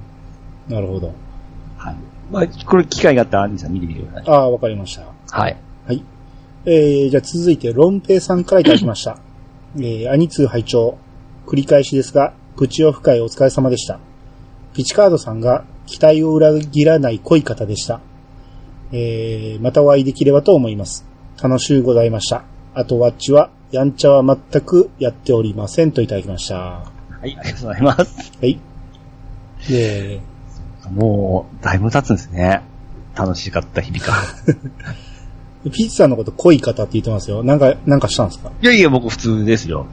なるほど。
はい。まあ、これ、機会があったら、アンジさん見てみてください。
ああ、わかりました。
はい。
はい。えー、じゃあ続いて、ロンペイさんからいただきました。えー、アニツー拝聴繰り返しですが、プチオフ会お疲れ様でした。ピチカードさんが期待を裏切らない濃い方でした。えー、またお会いできればと思います。楽しゅうございました。あと、ワッチは、やんちゃは全くやっておりませんといただきました。は
はい、ありがとうございます。
い。えー、
もう、だいぶ経つんですね。楽しかった日々か。
ピッチさんのこと濃い方って言ってますよ。なんか、なんかしたんですか
いやいや、僕普通ですよ。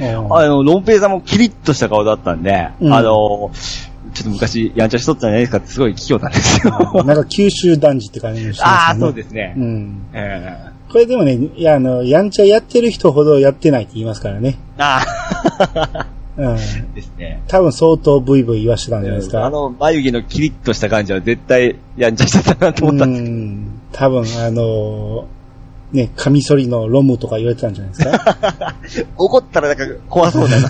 あ
あの、ロンペイさんもキリッとした顔だったんで、
うん
あの、ちょっと昔、やんちゃしとったんじゃないですかってすごい聞きようたんですよ。
なんか九州男児って感じの人
ああ、そうですすね
よ。ね。うん。
え
これでもね、いや、あの、やんちゃやってる人ほどやってないって言いますからね。
ーあ
うん。
ー ですね。
多分相当ブイブイ言わしてたんじゃないですか。
あの、眉毛のキリッとした感じは絶対、やんちゃしとったなと思った
うん
です
ん。多分、あの、ね、カミソリのロムとか言われてたんじゃないです か。
けど、怒ったらなんか怖そうだな。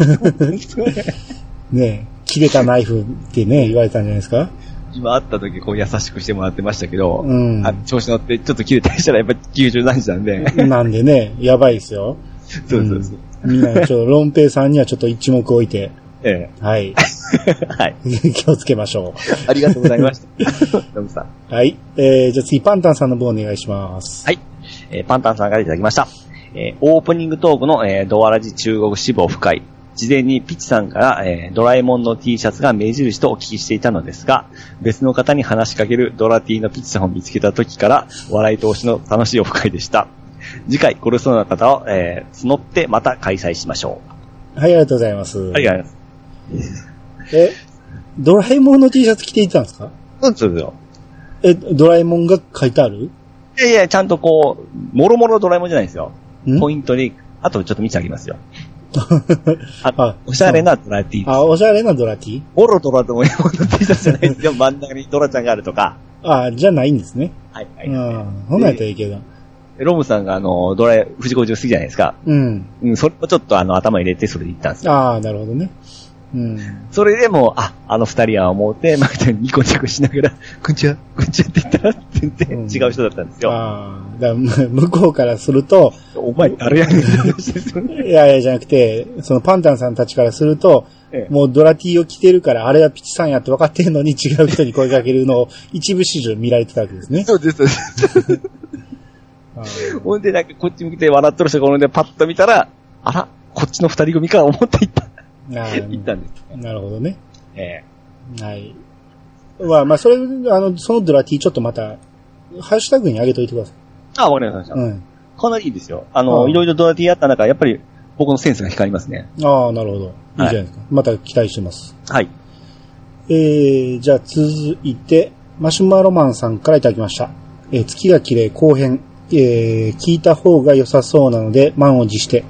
ね、切れたナイフってね、言われてたんじゃないですか。
今会った時、こう優しくしてもらってましたけど、
うん
あ調子乗ってちょっと切れたりしたらやっぱ90何時なんで、
なんでね、やばいですよ。
そうそうそう。
うんみんな、ちょっと、ロンペイさんにはちょっと一目置いて、
え
はい。
え。はい。
気をつけましょ
ありがとうございま した。ノブさん。
う。はい。えー、じゃあ次、パンタンさんの方お願いします。
はい。えーパンタンさんからいただきました。えーオープニングトークの、えードアラジ中国支部オフ会。事前にピッチさんから、えードラえもんの T シャツが目印とお聞きしていたのですが、別の方に話しかけるドラティのピッチさんを見つけた時から、笑い通しの楽しいオフ会でした。次回、来れそうな方を、えー募ってまた開催しましょ
はい、ありがとうございます。
う。ありがとうございます。
え、ドラえもんの T シャツ着ていたんですか
うん、そうですよ。
え、ドラえもんが書いてある
いやいや、ちゃんとこう、もろもろドラえもんじゃないですよ。
ん
ポイントに、あとちょっと見てあげます よ。
あ
あ、おしゃれなドラティ。
あ、おしゃれなドラティ
ボロドラとも言うもの T シャツじゃないですよ。真ん中にドラちゃんがあるとか。
あ、じゃないんですね。
はい、は
う
い。
ん。そんなんやったらいいけど。
ロムさんがあの、ドラ、富士50過ぎじゃないですか。
うん。
うん、それをちょっとあの、頭入れてそれで行ったんですよ。
ああ、なるほどね。うん。
それでもう、あ、あの二人は思うて、マキニコニコしながら、 こんちは、こんちはって言ったら、全然
うん
違う人だったんですよ。
ああ、だから む向こうからすると、
お前誰やねんって話ですよね。
いやいやじゃなくて、そのパンタンさんたちからすると、
ええ
もうドラティを着てるから、あれはピチさんやって分かってんのに違う人に声かけるのを一部始終見られてたわけです ね。
そうです、そうです。
あ
ほんで、なんかこっち向けて笑っとる人がおるんで、パッと見たら、あら、こっちの二人組か思って行った、
ーあ
行ったんです。
ーなるほどね。
え
はい。まあ、まあ、それ、あの、そのドラティちょっとまた、ハッシュタグに上げといてください。
えあ、わかりました。
うん。
かなりいいですよ。あの、
うん
いろいろドラティやった中、やっぱり僕のセンスが光りますね。
ああ、なるほど。いいじゃ
はい
ないですか。また期待してます。
はい。
えー、じゃあ続いて、マシュマロマンさんからいただきました。えー月が綺麗後編、えー聞いた方が良さそうなので満を持して、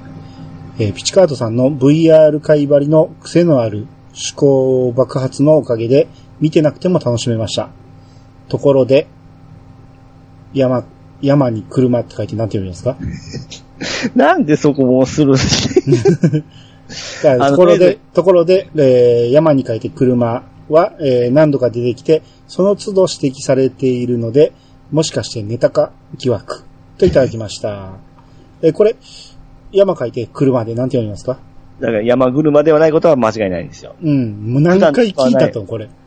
えーピチカートさんの VR 会張りの癖のある思考爆発のおかげで見てなくても楽しめました。ところで、山、山に車って書いて何て読みますか
なんでそこをするし。
だから
あ
と
の
ころ
とりあえ
で、ところで、えー山に書いて車は、えー何度か出てきて、その都度指摘されているので、もしかしてネタか疑惑 といただきました。えーこれ、山書いて車で何て読みますか
だから山車ではないことは間違いないんですよ。
うん。もう何回聞いたと、これ。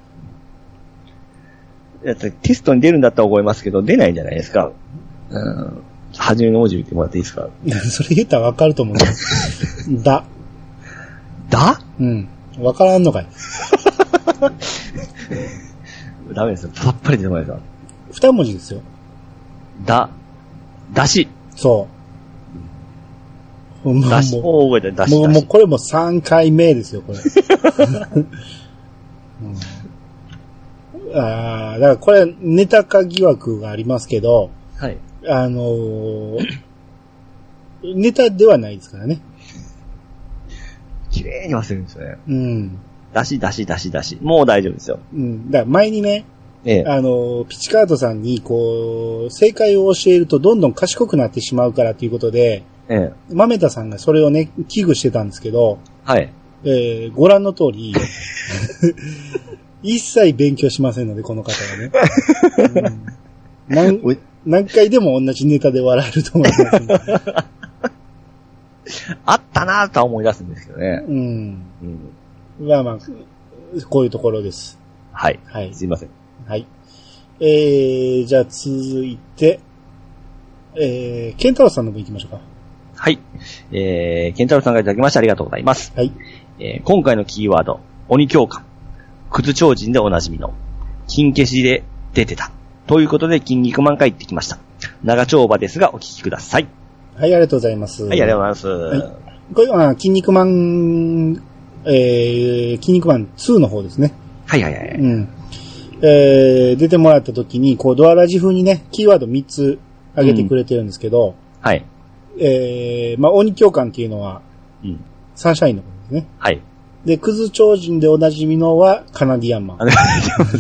だってテストに出るんだったら覚えますけど、出ないんじゃないですか。うん。初めの文字言ってもらっていいですか。
それ言ったらわかると思う けど。だ。
だ
うん。わからんのかい。
ダメですよ。さっぱり出てこないですよ。
二文字ですよ。
だ、だし。
そう。もう
だし。
も
お覚えた。だ
う、
し。
もう、
だ
もう
し
これも3回目ですよ、こ れ。うん、ああ、だからこれ、ネタ化疑惑がありますけど、
はい。
あの ーネタではないですからね。
綺麗に忘れるんですよね。
うん。
だし、だし、だし、だし。もう大丈夫ですよ。
うん。だから前にね、
ええ。
あの、ピチカートさんに、こう、正解を教えるとどんどん賢くなってしまうからということで、
ええ。
マメタさんがそれをね、危惧してたんですけど、
はい。
えーご覧の通り、 一切勉強しませんので、この方はね。うん何
おい
何回でも同じネタで笑えると思いますんで、
あったなぁとは思い出すんですけどね。
うん。
うん。
まあまあ、こういうところです。
はい。
はい。
すいません。
はい。えー、じゃあ続いて、えー、ケンタロウさんの分行きましょうか。
はい。えー、ケンタロウさんがいただきましてありがとうございます。
はい。
えー今回のキーワード、鬼教官。靴超人でおなじみの、金消しで出てた。ということで、筋肉マンが行ってきました。長丁場ですが、お聞きください。
はい、ありがとうございます。
はい、ありがとうございます。
これは、筋肉マン、えー、筋肉マン2の方ですね。
はい、はい、はい。
うん。えー、出てもらった時に、こう、ドアラジ風にね、キーワード3つ挙げてくれてるんですけど、
はい。
えー、まあ、鬼教官っていうのは、
うん。
サンシャインのことですね。
はい。
で、クズ超人でおなじみのは、カナディアンマン
あ。の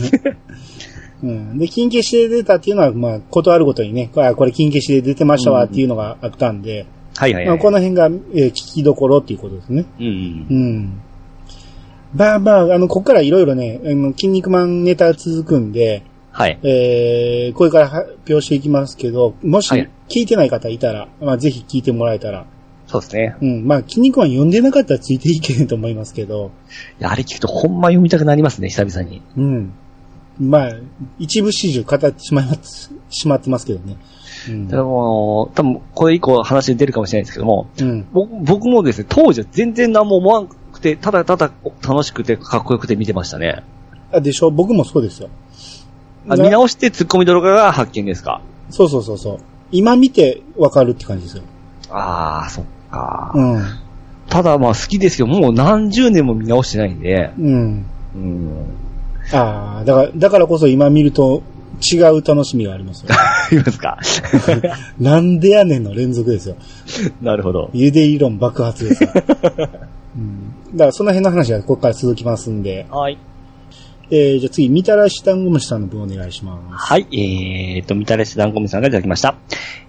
うん。で、金消しで出たっていうのは、まあ、ことあるごとにね、あこれ金消しで出てましたわっていうのがあったんで、
はい、はい、
ま
は
あ、
い。
この辺が、えー聞きどころっていうことですね。
うんうん
う。ん。まあまあ、あの、ここからいろいろね、あの、筋肉マンネタ続くんで、
はい。
えー、これから発表していきますけど、もし
はい
聞いてない方いたら、まあぜひ聞いてもらえたら、
そうですね。
うん、まあ筋肉マン読んでなかったらついていけへんと思いますけど、
いや、あれ聞くとほんま読みたくなりますね、久々に。
うん。まあ、一部始終語ってしまいます、しまってますけどね。うん。
ただもう、多分これ以降話で出るかもしれないですけども、
うん。
僕僕もですね、当時は全然何も思わなくて、ただただ楽しくてかっこよくて見てましたね。
あ、でしょ僕もそうですよ。
あ
な
見直して突っ込み動画が発見ですか
そうそうそうそう。今見てわかるって感じですよ。
ああ、そっか、
うん。
ただまあ好きですけど、もう何十年も見直してないんで、
うん。
うん。
ああ、だから、だからこそ今見ると違う楽しみがあります よ。
ありますか
なんでやねんの連続ですよ。
なるほど。
ゆで理論爆発 ですよ、うん。だからその辺の話はここから続きますんで。
はい。
えー、じゃあ次、みたらしダンゴムシさんの分お願いします。
はい、えーと、みたれし団子みさんがいただきました。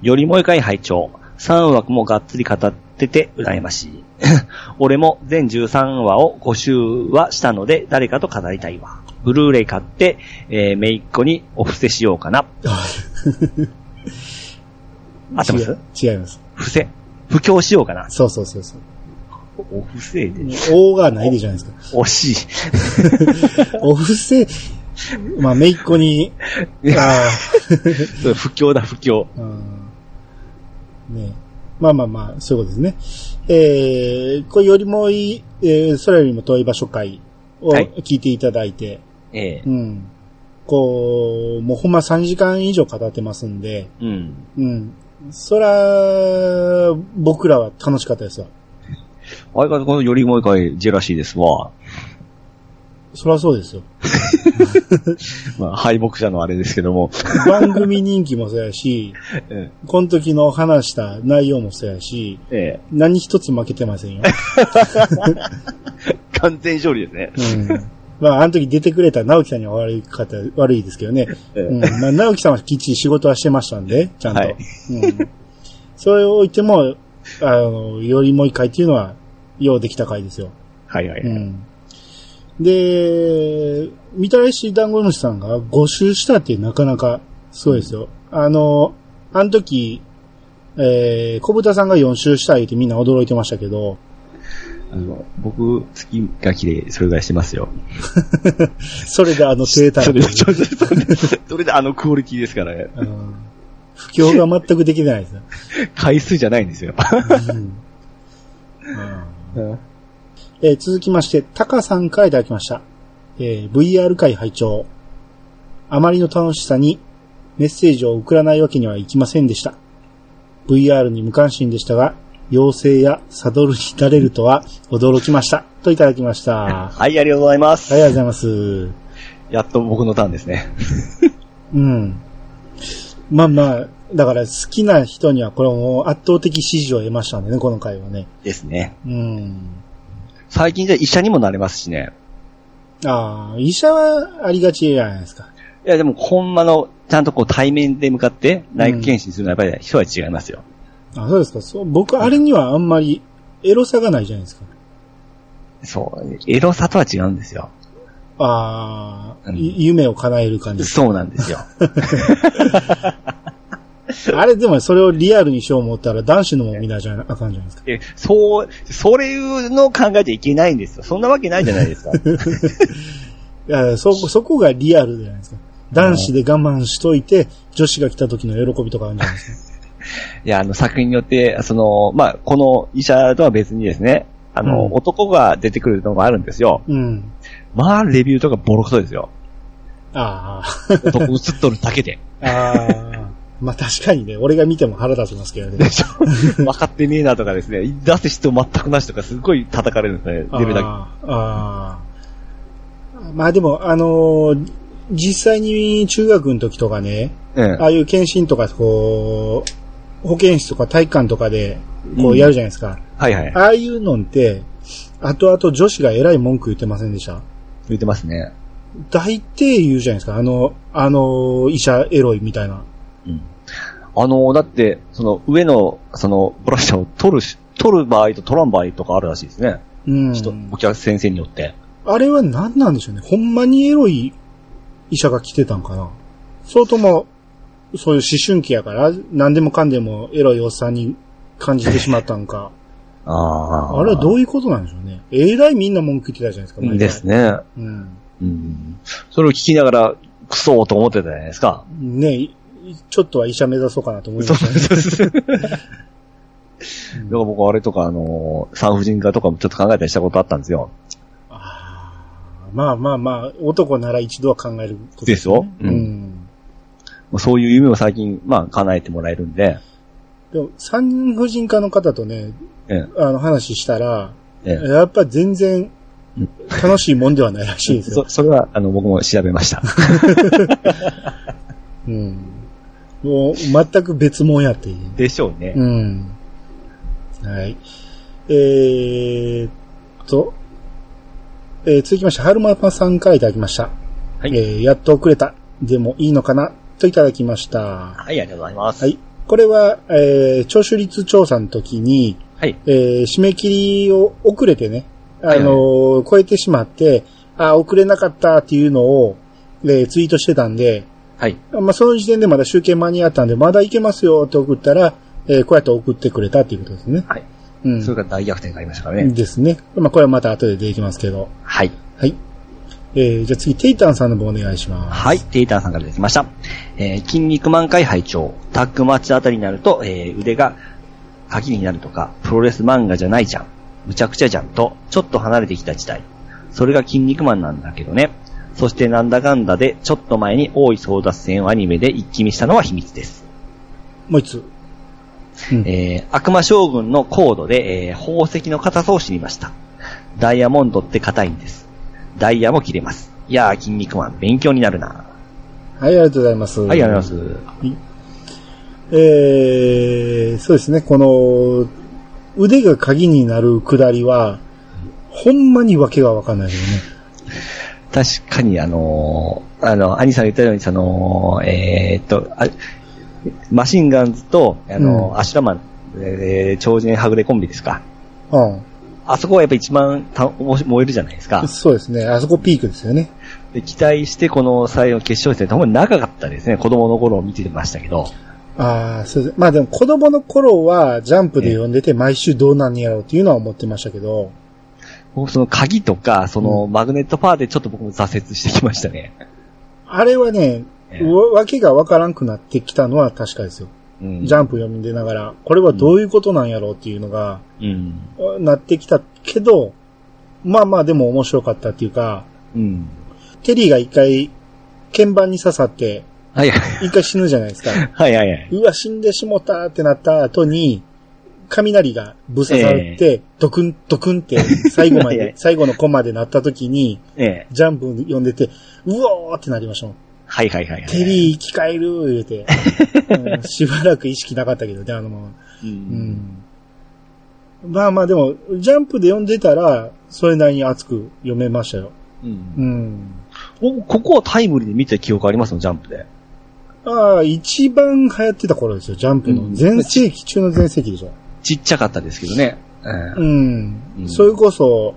よりもいかい拝聴3枠もがっつり語ってて羨ましい。 俺も全13話を5周はしたので、誰かと語りたいわ。ブルーレイ買って、えー、めいっ子にお布施しようかな。合ってま
違
す
う違います。
布施。布教しようかな。
そうそうそうそう。
お布施で。
王がないでじゃないですか。
惜しい。
お布施、まあ、めいっ子に、あ
そう不況だ、不況。
あ、うんねまあまあまあ、そういうことですね。えー、これよりもいい、えー、それよりも遠い場所会を
はい
聞いていただいて、
ええ
うん。こう、もうほんま3時間以上語ってますんで、
うん。
うん。そら、僕らは楽しかったですわ。
あれがこのよりもいかいジェラシーですわ。
そらそうです よ。
まあ、敗北者のあれですけども。
番組人気もそうやし、
え
この時の話した内容もそうやし、
え
何一つ負けてませんよ。
完全勝利ですね。
うん。まあ、あの時出てくれた直樹さんには悪い方、悪いですけどね。
ええ
うん。まあ、直樹さんはきっちり仕事はしてましたんで、ちゃんと。
はい
うん。それを置いても、あの、よりもう一回っていうのは、ようできた回ですよ。
はいはい。
うん。で、みたらし団子主さんが5周したってなかなかすごいですよ。あの、あの時、えー、小豚さんが4周した言ってみんな驚いてましたけど、
あの、僕、月が綺麗、それぐらいしてますよ。
それであの 低たら
それで、それで、それでそれであのクオリティですからね。
うん不況が全くできないですね。
回数じゃないんですよ。
うんうんえー続きまして、タカさんからいただきました。えー VR 会拝聴あまりの楽しさにメッセージを送らないわけにはいきませんでした。VR に無関心でしたが、妖精やサドルに垂れるとは驚きました。といただきました。あ
はい、ありがとうございま
り
す。
がとうございます。
やっと僕のターンですね。
うん。まあまあ、だから好きな人にはこれも圧倒的支持を得ましたんでね、この回はね。
ですね。
うん。
最近じゃ医者にもなれますしね。
ああ、医者はありがちじゃないですか。
いや、でも、ほんまの、ちゃんとこう対面で向かって内科検診するのはやっぱり人は違いますよ。
あ、そうですか。そう、僕、あれにはあんまりエロさがないじゃないですか。
そう。エロさとは違うんですよ。
ああ、
うん
い夢を叶える感じ。
そうなんですよ。
あれ、でもそれをリアルにしよう思ったら男子のもみなじゃなあかんじゃないですか。
え、そう、それの考えじゃいけないんですよ。そんなわけないじゃないですか。
いや、そこ、そこがリアルじゃないですか。男子で我慢しといて、女子が来た時の喜びとかあるんじゃないですか。
いや、あの、作品によって、その、まあ、この医者とは別にですね、あの、
うん
男が出てくるのがあるんですよ。
うん。
まあ、レビューとかボロクソですよ。
あ
男映っとるだけで。
あ、ああ。まあ確かにね、俺が見ても腹立ちますけどね
で。しょ分かってねえなとかですね、出す必要全くなしとか、すごい叩かれるんですね、レビューだ
あーあー。まあでも、あのー実際に中学の時とかね、
け。うん
ああいう検診とか、こう、保健室とか体育館とかで、こ
う
うんやるじゃないですか。
はいはい。
ああいうのって、後々女子が偉い文句言ってませんでした
言ってますね。
大抵言うじゃないですか。あの、あの、医者エロいみたいな。
うん。あの、だって、その、上の、その、ブラシャを取るし、取る場合と取らん場合とかあるらしいですね。
うん。
人、お客先生によって。
あれは何なんでしょうね。ほんまにエロい医者が来てたんかな。それとも、そういう思春期やから、何でもかんでもエロいおっさんに感じてしまったんか。
ああ。
あれはどういうことなんでしょうね。えらいみんな文句言ってたじゃないですか。毎回
です。ね。
うん。
うん。それを聞きながら、クソーと思ってたじゃないですか。
ねいちょっとは医者目指そうかなと思いましたね。
だから僕、あれとか、あのー産婦人科とかもちょっと考えたりしたことあったんですよ。
あーまあまあまあ、男なら一度は考えること
ですよ。う。
うんん。
そういう夢を最近、まあ、叶えてもらえるんで。
でも、産婦人科の方とね、
ええ
あの話したら、
ええ
やっぱ全然
うん
楽しいもんではないらしいですよ。
そそれは、あの、僕も調べました。
うん。もう全く別物やっていう。
でしょうね。
うん。はい。えー、っと、えー続きまして、春馬さんからいただきました。
は
え
い。
ーやっと遅れた。でもいいのかなといただきました。
はい、ありがとうございます。
はい。これは、えー聴取率調査の時に、
はい。
えー締め切りを遅れてね、あのー超えてしまって、あー、遅れなかったっていうのを、えーツイートしてたんで、
はい。
まあ、その時点でまだ集計間に合ったんで、まだいけますよって送ったら、えーこうやって送ってくれたっていうことですね。
はい。
うん。
それから大逆転がありましたからね。
ですね。まあ、これはまた後でできますけど。
はい。
はい。えーじゃあ次、テイタンさんの方お願いします。
はい、テイタンさんからいただきました。えー筋肉満開拝聴タッグマッチあたりになると、えー腕が鍵になるとか、プロレス漫画じゃないじゃん。むちゃくちゃじゃんと、ちょっと離れてきた時代。それが筋肉マンなんだけどね。そしてなんだかんだで、ちょっと前に大井争奪戦をアニメで一気見したのは秘密です。
もう一つ。うん
えー悪魔将軍のコードで、えー宝石の硬さを知りました。ダイヤモンドって硬いんです。ダイヤも切れます。いやー、筋肉マン、勉強になるな。
はい、ありがとうございます。
はい、ありがとうございます。
えー、そうですね、この、腕が鍵になるくだりは、ほんまにわけがわかんないよね。
確かに、あのーあの、兄さんが言ったように、その、えーっと、あマシンガンズと、あのー
うん
アシュラマン、えー超人はぐれコンビですか。
う
あそこはやっぱ一番た燃燃えるじゃないですか
ん。。そうですね、あそこピークですよね。
で期待して、この最後の決勝戦、ほんまに長かったですね。子供の頃を見てましたけど。
ああ、そうです。まあでも子供の頃はジャンプで読んでて毎週どうなんやろうっていうのは思ってましたけど、
僕その鍵とか、そのマグネットパーでちょっと僕も挫折してきましたね。
あれはね、
ええ
わわけがわからんくなってきたのは確かですよ。
うん
ジャンプ読み出ながら、これはどういうことなんやろうっていうのが、
うん。
なってきたけど、まあまあでも面白かったっていうか、
うん。
テリーが一回、鍵盤に刺さって、
はいはい。
一回死ぬじゃないですか。
はいはいはい。
うわ、死んでしもたってなった後に、雷がぶさされて、ドクン、ドクンって、最後ま
いやい
で
や、
最後のコマでなった時に、
ええ。
ジャンプ読んでて、うおーってなりましたもん。
はいはいはいはい。
テリー生き返る、言う て、うんしばらく意識なかったけどね、あのまま。
う。
うんん。まあまあでも、ジャンプで読んでたら、それなりに熱く読めましたよ。
うん。
うん。
僕、ここはタイムリーで見た記憶ありますのジャンプで。
ああ、一番流行ってた頃ですよ、ジャンプの
う。ん
全盛期中の全盛期でしょ。
ちっちゃかったですけどね。え
う。
うんん
それこそ、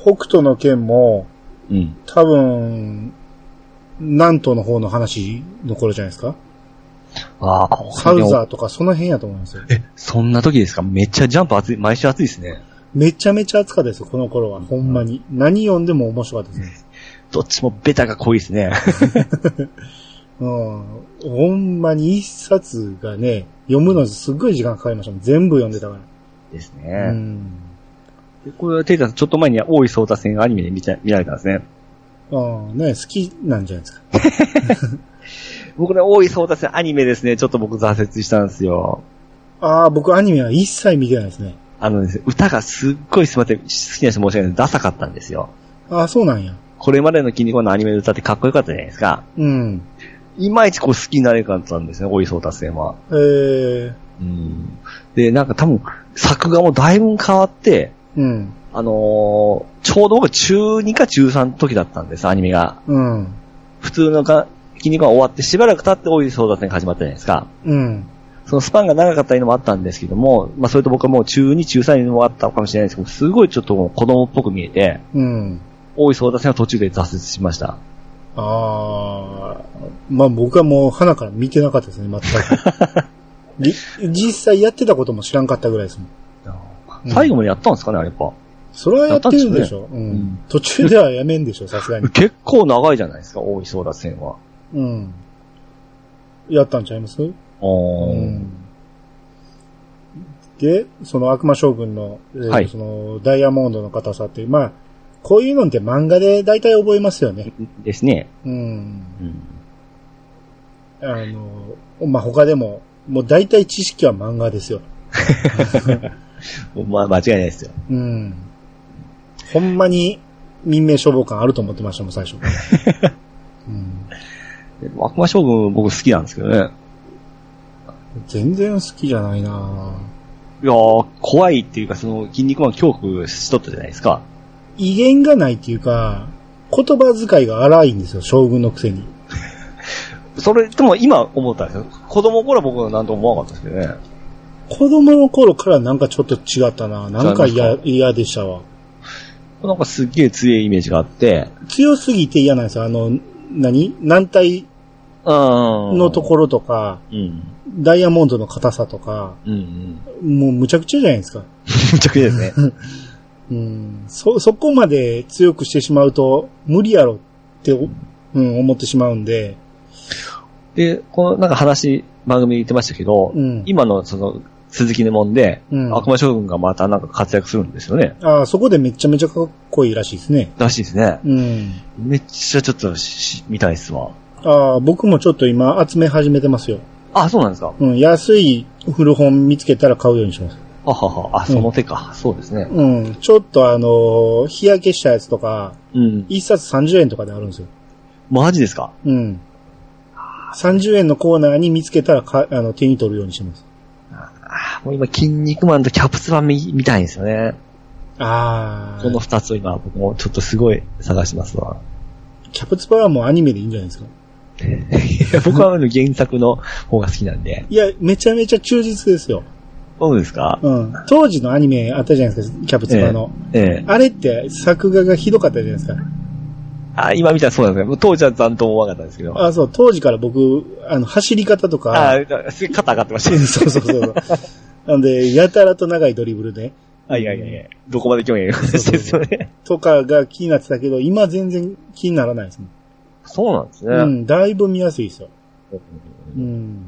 北斗の剣も、
えうん。
多分、南東の方の話の頃じゃないですか。
ああ、
サウザーとかその辺やと思いますよ。
え、そんな時ですかめっちゃジャンプ暑い、毎週暑いですね。
めちゃめちゃ熱かったですよ、この頃は。ほんまに。何読んでも面白かったですね。
どっちもベタが濃いですね。
うん。ほんまに一冊がね、読むのにすっごい時間かかりましたもん。全部読ん でたか
です
ら。う
ね。
ん。
でこれはテイタさん、ちょっと前に大井聡太戦アニメで見た見られたんですね。
うん、ね、好きなんじゃないですか。
僕ね、大井聡太戦アニメですね、ちょっと僕挫折したんですよ。
ああ、僕アニメは一切見てないですね。
あのですね、歌がすっごいすみません、好きな人申し訳ないです。ダサかったんですよ。
ああ、そうなんや。
これまでの筋肉マンのアニメの歌ってかっこよかったじゃないですか。
うん。
いまいちこう好きになれなかったんですね、大井聡太戦は。
えー、
うん。で、なんか多分、作画もだいぶ変わって、
うん。
あのーちょうど僕中2か中3の時だったんです、アニメが。
うん。
普通のが筋肉マン終わってしばらく経って大井争奪戦が始まったじゃないですか。
うん。
そのスパンが長かったのもあったんですけども、まあそれと僕はもう中2、中3にもあったかもしれないですけど、すごいちょっともう子供っぽく見えて、
うん。
大井争奪戦は途中で挫折しました。
ああ、まあ僕はもう花から見てなかったですね、 全く。じ実際やってたことも知らんかったぐらいですもん。うん
最後までやったんですかね、あれやっぱ。
それはやってるでしょ。う
ねうん
ん。途中ではやめんでしょ、さ すがに。
結構長いじゃないですか、大井争奪戦は。
うん。やったんちゃいます
おー
で、その悪魔将軍の、えー
はい
そのダイヤモンドの硬さって、まあ、こういうのって漫画で大体覚えますよね。
ですね。
うん。
うん
あの、まあ、他でも、もう大体知識は漫画ですよ。
まあ、間違いないですよ。
うん。ほんまに民命消防官あると思ってましたもん、最初。 うん、
でも悪魔将軍僕好きなんですけどね。いや
全然好きじゃないな
ー、怖いっていうか、その、筋肉マン恐怖しとったじゃないですか。
威厳がないっていうか、言葉遣いが荒いんですよ、将軍のくせに。
それとも今思ったんですよ。子供の頃は僕は何とも思わなかったですけどね。
子供の頃からなんかちょっと違ったななんか
違い
嫌
ま、
嫌でしたわ。
なんかすっげえ強いイメージがあって。
強すぎて嫌なんですよ、あの、何軟体
うん
のところとか、
うん。
ダイヤモンドの硬さとか、
うんうん。
もうむちゃくちゃじゃないですか。
めちゃくちゃですね。
うんそ、そこまで強くしてしまうと、無理やろって、おうん、思ってしまうんで、
で、このなんか話、番組で言ってましたけど、
うん
今のその、鈴木のもんで、
うん
悪魔将軍がまたなんか活躍するんですよね。
ああ、そこでめちゃめちゃかっこいいらしいですね。
らしいですね。
うん。
めっちゃちょっとし、見たいっすわ。
ああ、僕もちょっと今集め始めてますよ。
あ、そうなんですか。
うん、安い古本見つけたら買うようにします。
あはは、あ、その手か。そうですね。
うん、ちょっとあのー日焼けしたやつとか、
うん。
一冊30円とかであるんですよ。
マジですか
うん。30円のコーナーに見つけたらか、あの、手に取るようにしてます。
あーもう今、筋肉マンとキャプツバン見見たいんですよね。
ああ、
この二つを今、僕もちょっとすごい探してますわ。
キャプツパはもうアニメでいいんじゃないですか。
いや 僕はあの原作の方が好きなんで。
いや、めちゃめちゃ忠実ですよ。
そうですか
うん。当時のアニメあったじゃないですか、キャプツバの。
ええ。
あれって作画がひどかったじゃないですか。
あ、今見たらそうなんですね。当時は残党もわかったんですけど。あ
あ、そう、当時から僕、あの、走り方とか、
あ、すげえ肩上がってました
そうそうそうそう。なんで、やたらと長いドリブルね。
あ、いやいやいや、どこまで興味ありますですよね。
とかが気になってたけど、今全然気にならないですね。
そうなんですね。
うん、だいぶ見やすいですよ。うん。